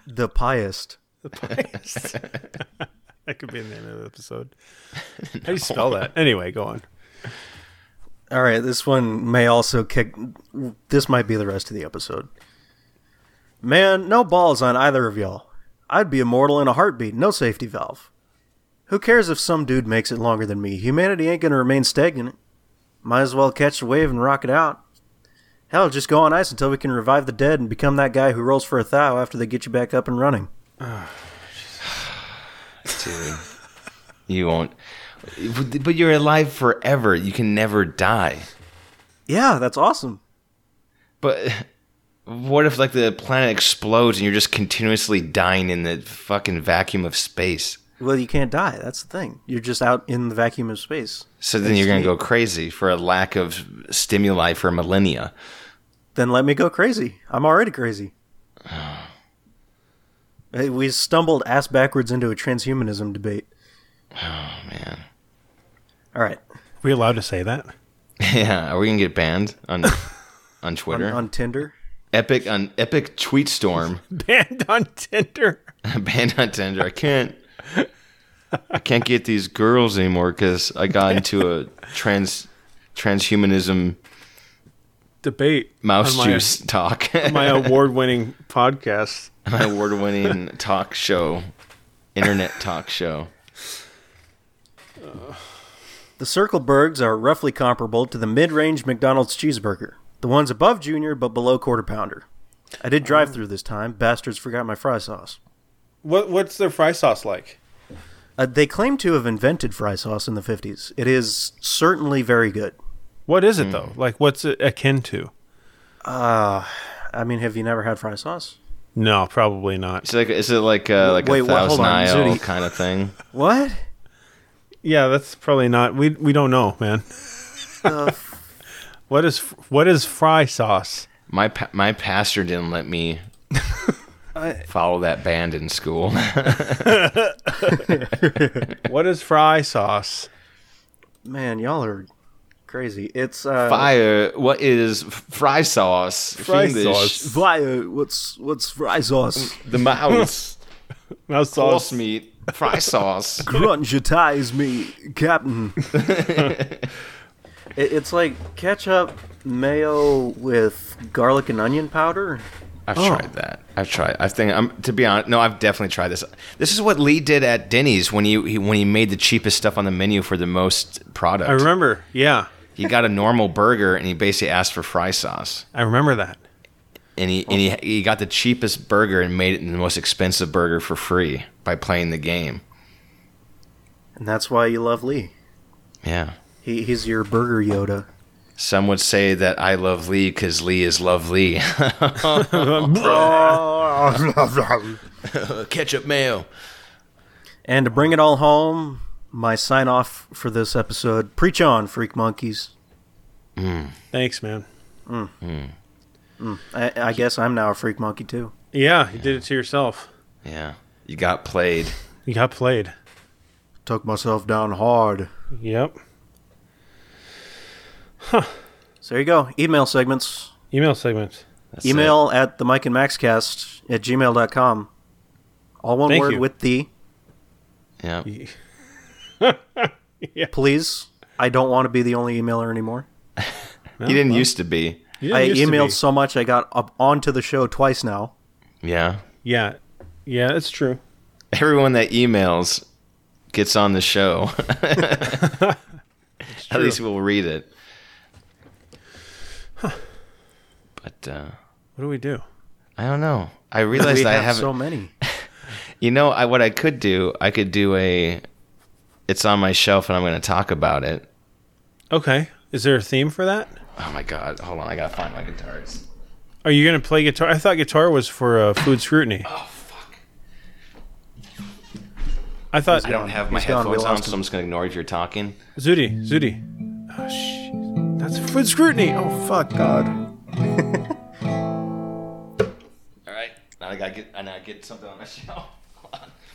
Speaker 4: The piest.
Speaker 1: That could be the name of the episode. How do you spell that? Anyway, go on.
Speaker 4: All right, this one may also kick. This might be the rest of the episode. Man, no balls on either of y'all. I'd be immortal in a heartbeat, no safety valve. Who cares if some dude makes it longer than me? Humanity ain't gonna remain stagnant. Might as well catch the wave and rock it out. Hell, just go on ice until we can revive the dead and become that guy who rolls for a thou after they get you back up and running.
Speaker 3: Dude, you won't. But you're alive forever. You can never die.
Speaker 4: Yeah, that's awesome.
Speaker 3: But what if like the planet explodes and you're just continuously dying in the fucking vacuum of space?
Speaker 4: Well, you can't die. That's the thing. You're just out in the vacuum of space.
Speaker 3: So then you're gonna go crazy for a lack of stimuli for millennia.
Speaker 4: then let me go crazy. I'm already crazy. Hey, we stumbled ass backwards into a transhumanism debate.
Speaker 3: Oh man.
Speaker 4: All right,
Speaker 1: we allowed to say that?
Speaker 3: Yeah, are we gonna get banned on on Twitter?
Speaker 4: on Tinder.
Speaker 3: epic on epic tweet storm
Speaker 1: Banned on Tinder.
Speaker 3: banned on Tinder. I can't. I can't get these girls anymore because I got into a trans transhumanism
Speaker 1: Debate.
Speaker 3: mouse
Speaker 1: on my-
Speaker 3: juice talk.
Speaker 1: My award-winning podcast.
Speaker 3: my award winning talk show, internet talk show.
Speaker 4: The Circlebergs are roughly comparable to the mid-range McDonald's cheeseburger. The one's above junior but below quarter pounder. I did drive through this time. Bastards forgot my fry sauce.
Speaker 1: What What's their fry sauce like?
Speaker 4: Uh, they claim to have invented fry sauce in the 50s. It is certainly very good.
Speaker 1: What is it though? Like, what's it akin to?
Speaker 4: I mean, have you never had fry sauce?
Speaker 1: No, probably not.
Speaker 3: It's like is it like a, like
Speaker 4: Wait,
Speaker 3: a
Speaker 4: what- hold
Speaker 3: thousand
Speaker 4: on,
Speaker 3: aisle
Speaker 4: Zooty.
Speaker 3: kind of thing?
Speaker 4: What?
Speaker 1: Yeah, that's probably not. We we don't know, man. what is what is fry sauce?
Speaker 3: My pa- my pastor didn't let me follow that band in school.
Speaker 1: What is fry sauce?
Speaker 4: Man, y'all are crazy. It's uh,
Speaker 3: Fire. What is f- fry sauce?
Speaker 1: Fry sauce.
Speaker 4: Via what's what's fry sauce?
Speaker 3: The mouse.
Speaker 1: Now
Speaker 3: Horse
Speaker 1: sauce.
Speaker 3: meat. Fry sauce.
Speaker 4: Grungetize me, Captain. It- it's like ketchup, mayo with garlic and onion powder.
Speaker 3: I've
Speaker 1: Oh.
Speaker 3: tried that. I've tried. I think I'm to be honest. No, I've definitely tried this. This is what Lee did at Denny's when he, he when he made the cheapest stuff on the menu for the most product.
Speaker 1: I remember. Yeah,
Speaker 3: he got a normal burger and he basically asked for fry sauce.
Speaker 1: I remember that.
Speaker 3: And he and he, he got the cheapest burger and made it the most expensive burger for free by playing the game.
Speaker 4: And that's why you love Lee.
Speaker 3: Yeah.
Speaker 4: He, he's your burger Yoda.
Speaker 3: Some would say that I love Lee because Lee is lovely. Ketchup mayo.
Speaker 4: And to bring it all home, my sign off for this episode Preach on, Freak Monkeys.
Speaker 1: Thanks, man.
Speaker 4: I, I guess I'm now a Freak Monkey too.
Speaker 1: Yeah, you did it to yourself.
Speaker 3: Yeah. You got played.
Speaker 1: You got played.
Speaker 4: Took myself down hard.
Speaker 1: Yep.
Speaker 4: So there you go. Email segments.
Speaker 1: Email segments.
Speaker 3: That's
Speaker 4: email at the mike and maxcast at gmail.com all one
Speaker 1: Thank
Speaker 4: word
Speaker 1: you.
Speaker 4: with the
Speaker 3: it. Yeah.
Speaker 4: please i don't want to be the only emailer anymore
Speaker 3: He didn't used to be.
Speaker 1: You
Speaker 4: i
Speaker 1: didn't used to be.
Speaker 4: emailed so much i got up onto the show twice now
Speaker 3: Yeah.
Speaker 1: Yeah, yeah, it's true.
Speaker 3: everyone that emails gets on the show. At least we'll read it. But uh,
Speaker 1: What do we do?
Speaker 3: I don't know. I
Speaker 4: we
Speaker 3: realized I
Speaker 4: have
Speaker 3: haven't.
Speaker 4: so many
Speaker 3: you know, I, what I could do, I could do a. It's on my shelf, and I'm going to talk about it.
Speaker 1: Okay, is there a theme for that?
Speaker 3: Oh my god! Hold on, I gotta find my guitars.
Speaker 1: Are you gonna play guitar? Oh, I thought guitar was for uh, food scrutiny. I thought
Speaker 3: I don't have my
Speaker 4: He's gone. We
Speaker 3: headphones on,
Speaker 4: lost
Speaker 3: so I'm just gonna ignore if you're talking.
Speaker 1: Zooty, Zooty. Oh shit. That's food scrutiny. Oh fuck god.
Speaker 3: All right, now I gotta get I gotta get something on my shelf.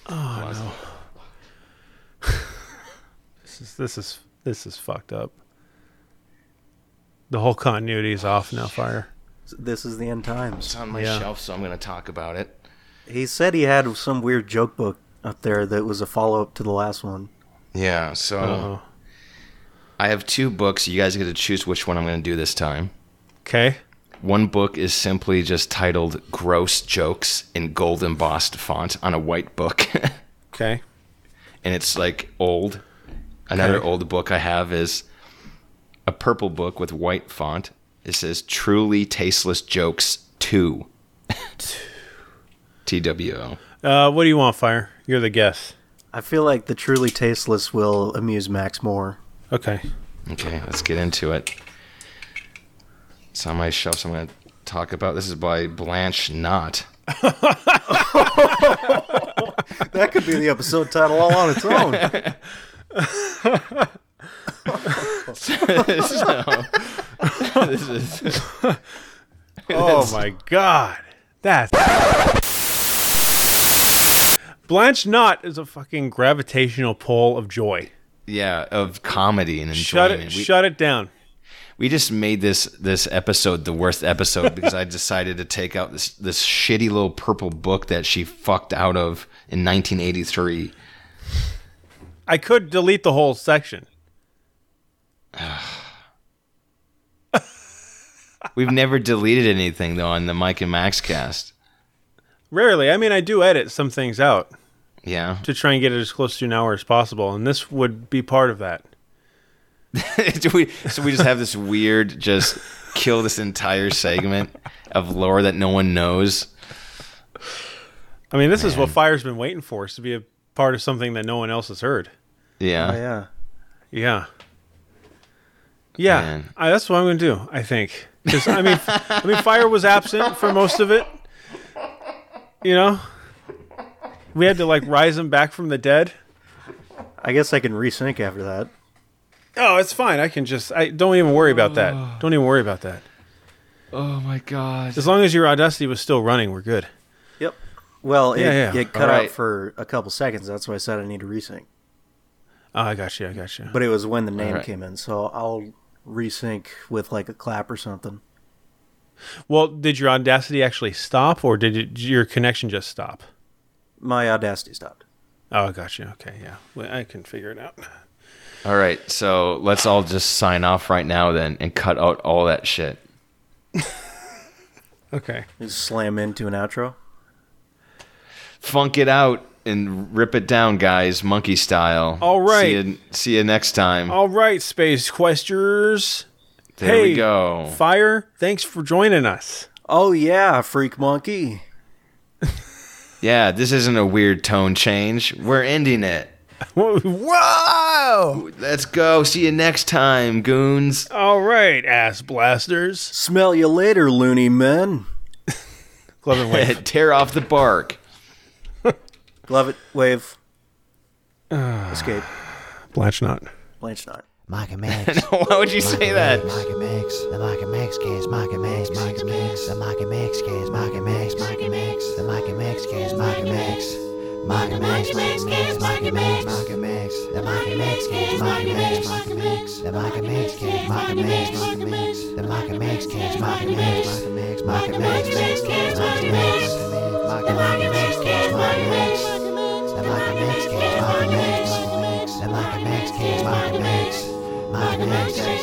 Speaker 1: Oh no. this is this is this is fucked up. The whole continuity is off now, fire.
Speaker 4: This is the end times.
Speaker 3: It's on my
Speaker 1: Yeah.
Speaker 3: shelf, so I'm gonna talk about it.
Speaker 4: He said he had some weird joke book up there that was a follow up to the last one.
Speaker 3: Yeah, so
Speaker 1: Oh.
Speaker 3: I have two books. You guys get to choose which one I'm gonna do this time.
Speaker 1: Okay.
Speaker 3: One book is simply just titled "Gross Jokes" in gold embossed font on a white book.
Speaker 1: Okay.
Speaker 3: and it's like old. Another
Speaker 1: Okay.
Speaker 3: old book I have is a purple book with white font. It says "Truly Tasteless Jokes 2." T W O.
Speaker 1: Uh what do you want, Fire? You're the guest.
Speaker 4: I feel like the truly tasteless will amuse Max more.
Speaker 1: Okay.
Speaker 3: Okay, let's get into it. It's on my shelf, so I'm going to talk about. This is by Blanche Knott.
Speaker 4: That could be the episode title all on its own.
Speaker 3: so, this is
Speaker 1: Oh my god. That's Blanche Knott is a fucking gravitational pull of joy.
Speaker 3: yeah of comedy and
Speaker 1: Shut
Speaker 3: enjoyment.
Speaker 1: it
Speaker 3: we,
Speaker 1: shut it down.
Speaker 3: we just made this this episode the worst episode because I decided to take out this this shitty little purple book that she fucked out of in 1983.
Speaker 1: I could delete the whole section.
Speaker 3: We've never deleted anything though on the Mike and Max cast.
Speaker 1: Rarely. I mean, I do edit some things out
Speaker 3: Yeah,
Speaker 1: to try and get it as close to an hour as possible, and this would be part of that.
Speaker 3: Do we- so we just have this weird, just kill this entire segment of lore that no one knows.
Speaker 1: I mean, this is what Fire's been waiting for, is to be a part of something that no one else has heard.
Speaker 3: Yeah.
Speaker 4: Oh, yeah.
Speaker 1: Yeah. Yeah.
Speaker 3: Man.
Speaker 1: I, that's what I'm going to do, I think. 'Cause, I mean, I mean, Fire was absent for most of it. You know? We had to, like, rise him back from the dead.
Speaker 4: I guess I can resync after that.
Speaker 1: Oh, it's fine. I can just, I don't even worry about that. Don't even worry about that.
Speaker 3: Oh my god.
Speaker 1: As long as your Audacity was still running, we're good.
Speaker 4: Yep. Well, it,
Speaker 1: Yeah, yeah.
Speaker 4: it cut
Speaker 3: All right.
Speaker 4: out for a couple seconds. That's why I said I need to resync.
Speaker 1: Oh, I got you. I got you.
Speaker 4: But it was when the name
Speaker 3: right.
Speaker 4: came in, so I'll resync with like a clap or something.
Speaker 1: Well, did your Audacity actually stop, or did it, your connection just stop?
Speaker 4: My audacity stopped.
Speaker 1: Oh, I got you. Okay, yeah, well, I can figure it out.
Speaker 3: All right, so let's all just sign off right now then and cut out all that shit.
Speaker 1: Okay,
Speaker 4: Just slam into an outro.
Speaker 3: Funk it out and rip it down, guys, monkey style.
Speaker 1: All right.
Speaker 3: See you, see you next time.
Speaker 1: all right, space questers.
Speaker 3: there
Speaker 1: hey,
Speaker 3: we go.
Speaker 1: Fire, thanks for joining us.
Speaker 4: Oh yeah, freak monkey.
Speaker 3: yeah, this isn't a weird tone change. We're ending it.
Speaker 1: Whoa!
Speaker 3: Let's go. See you next time, goons.
Speaker 1: All right, ass blasters.
Speaker 4: Smell you later, loony men.
Speaker 1: Glove and wave.
Speaker 3: Tear off the bark.
Speaker 4: Glove it, wave. Escape.
Speaker 1: Blanche not.
Speaker 4: Blanche not.
Speaker 2: Mike and Max.
Speaker 3: Why would you say that?
Speaker 2: Mike and Max. The Mike and Max cast. Mike and Max. Mike and Max. The Mike and Max cast. Mike and Max. Mike and Max. The Mike and Max cast. Mike and Max. Mike and Max. Max cast. Mike and Max. Mike and Max. The Mike and Max cast. Mike and Max. Mike and Max. The Mike and Max cast. Mike and Max. Mike and Max. The Mike and Max cast. Mike and Max. Mike and Max. Max cast. Mike and Max. The Mike and Max cast. Mike and Max. The Mike and Max cast. Mike and Max. The Mike and Max cast. Mike and Max. Mike and Max cast.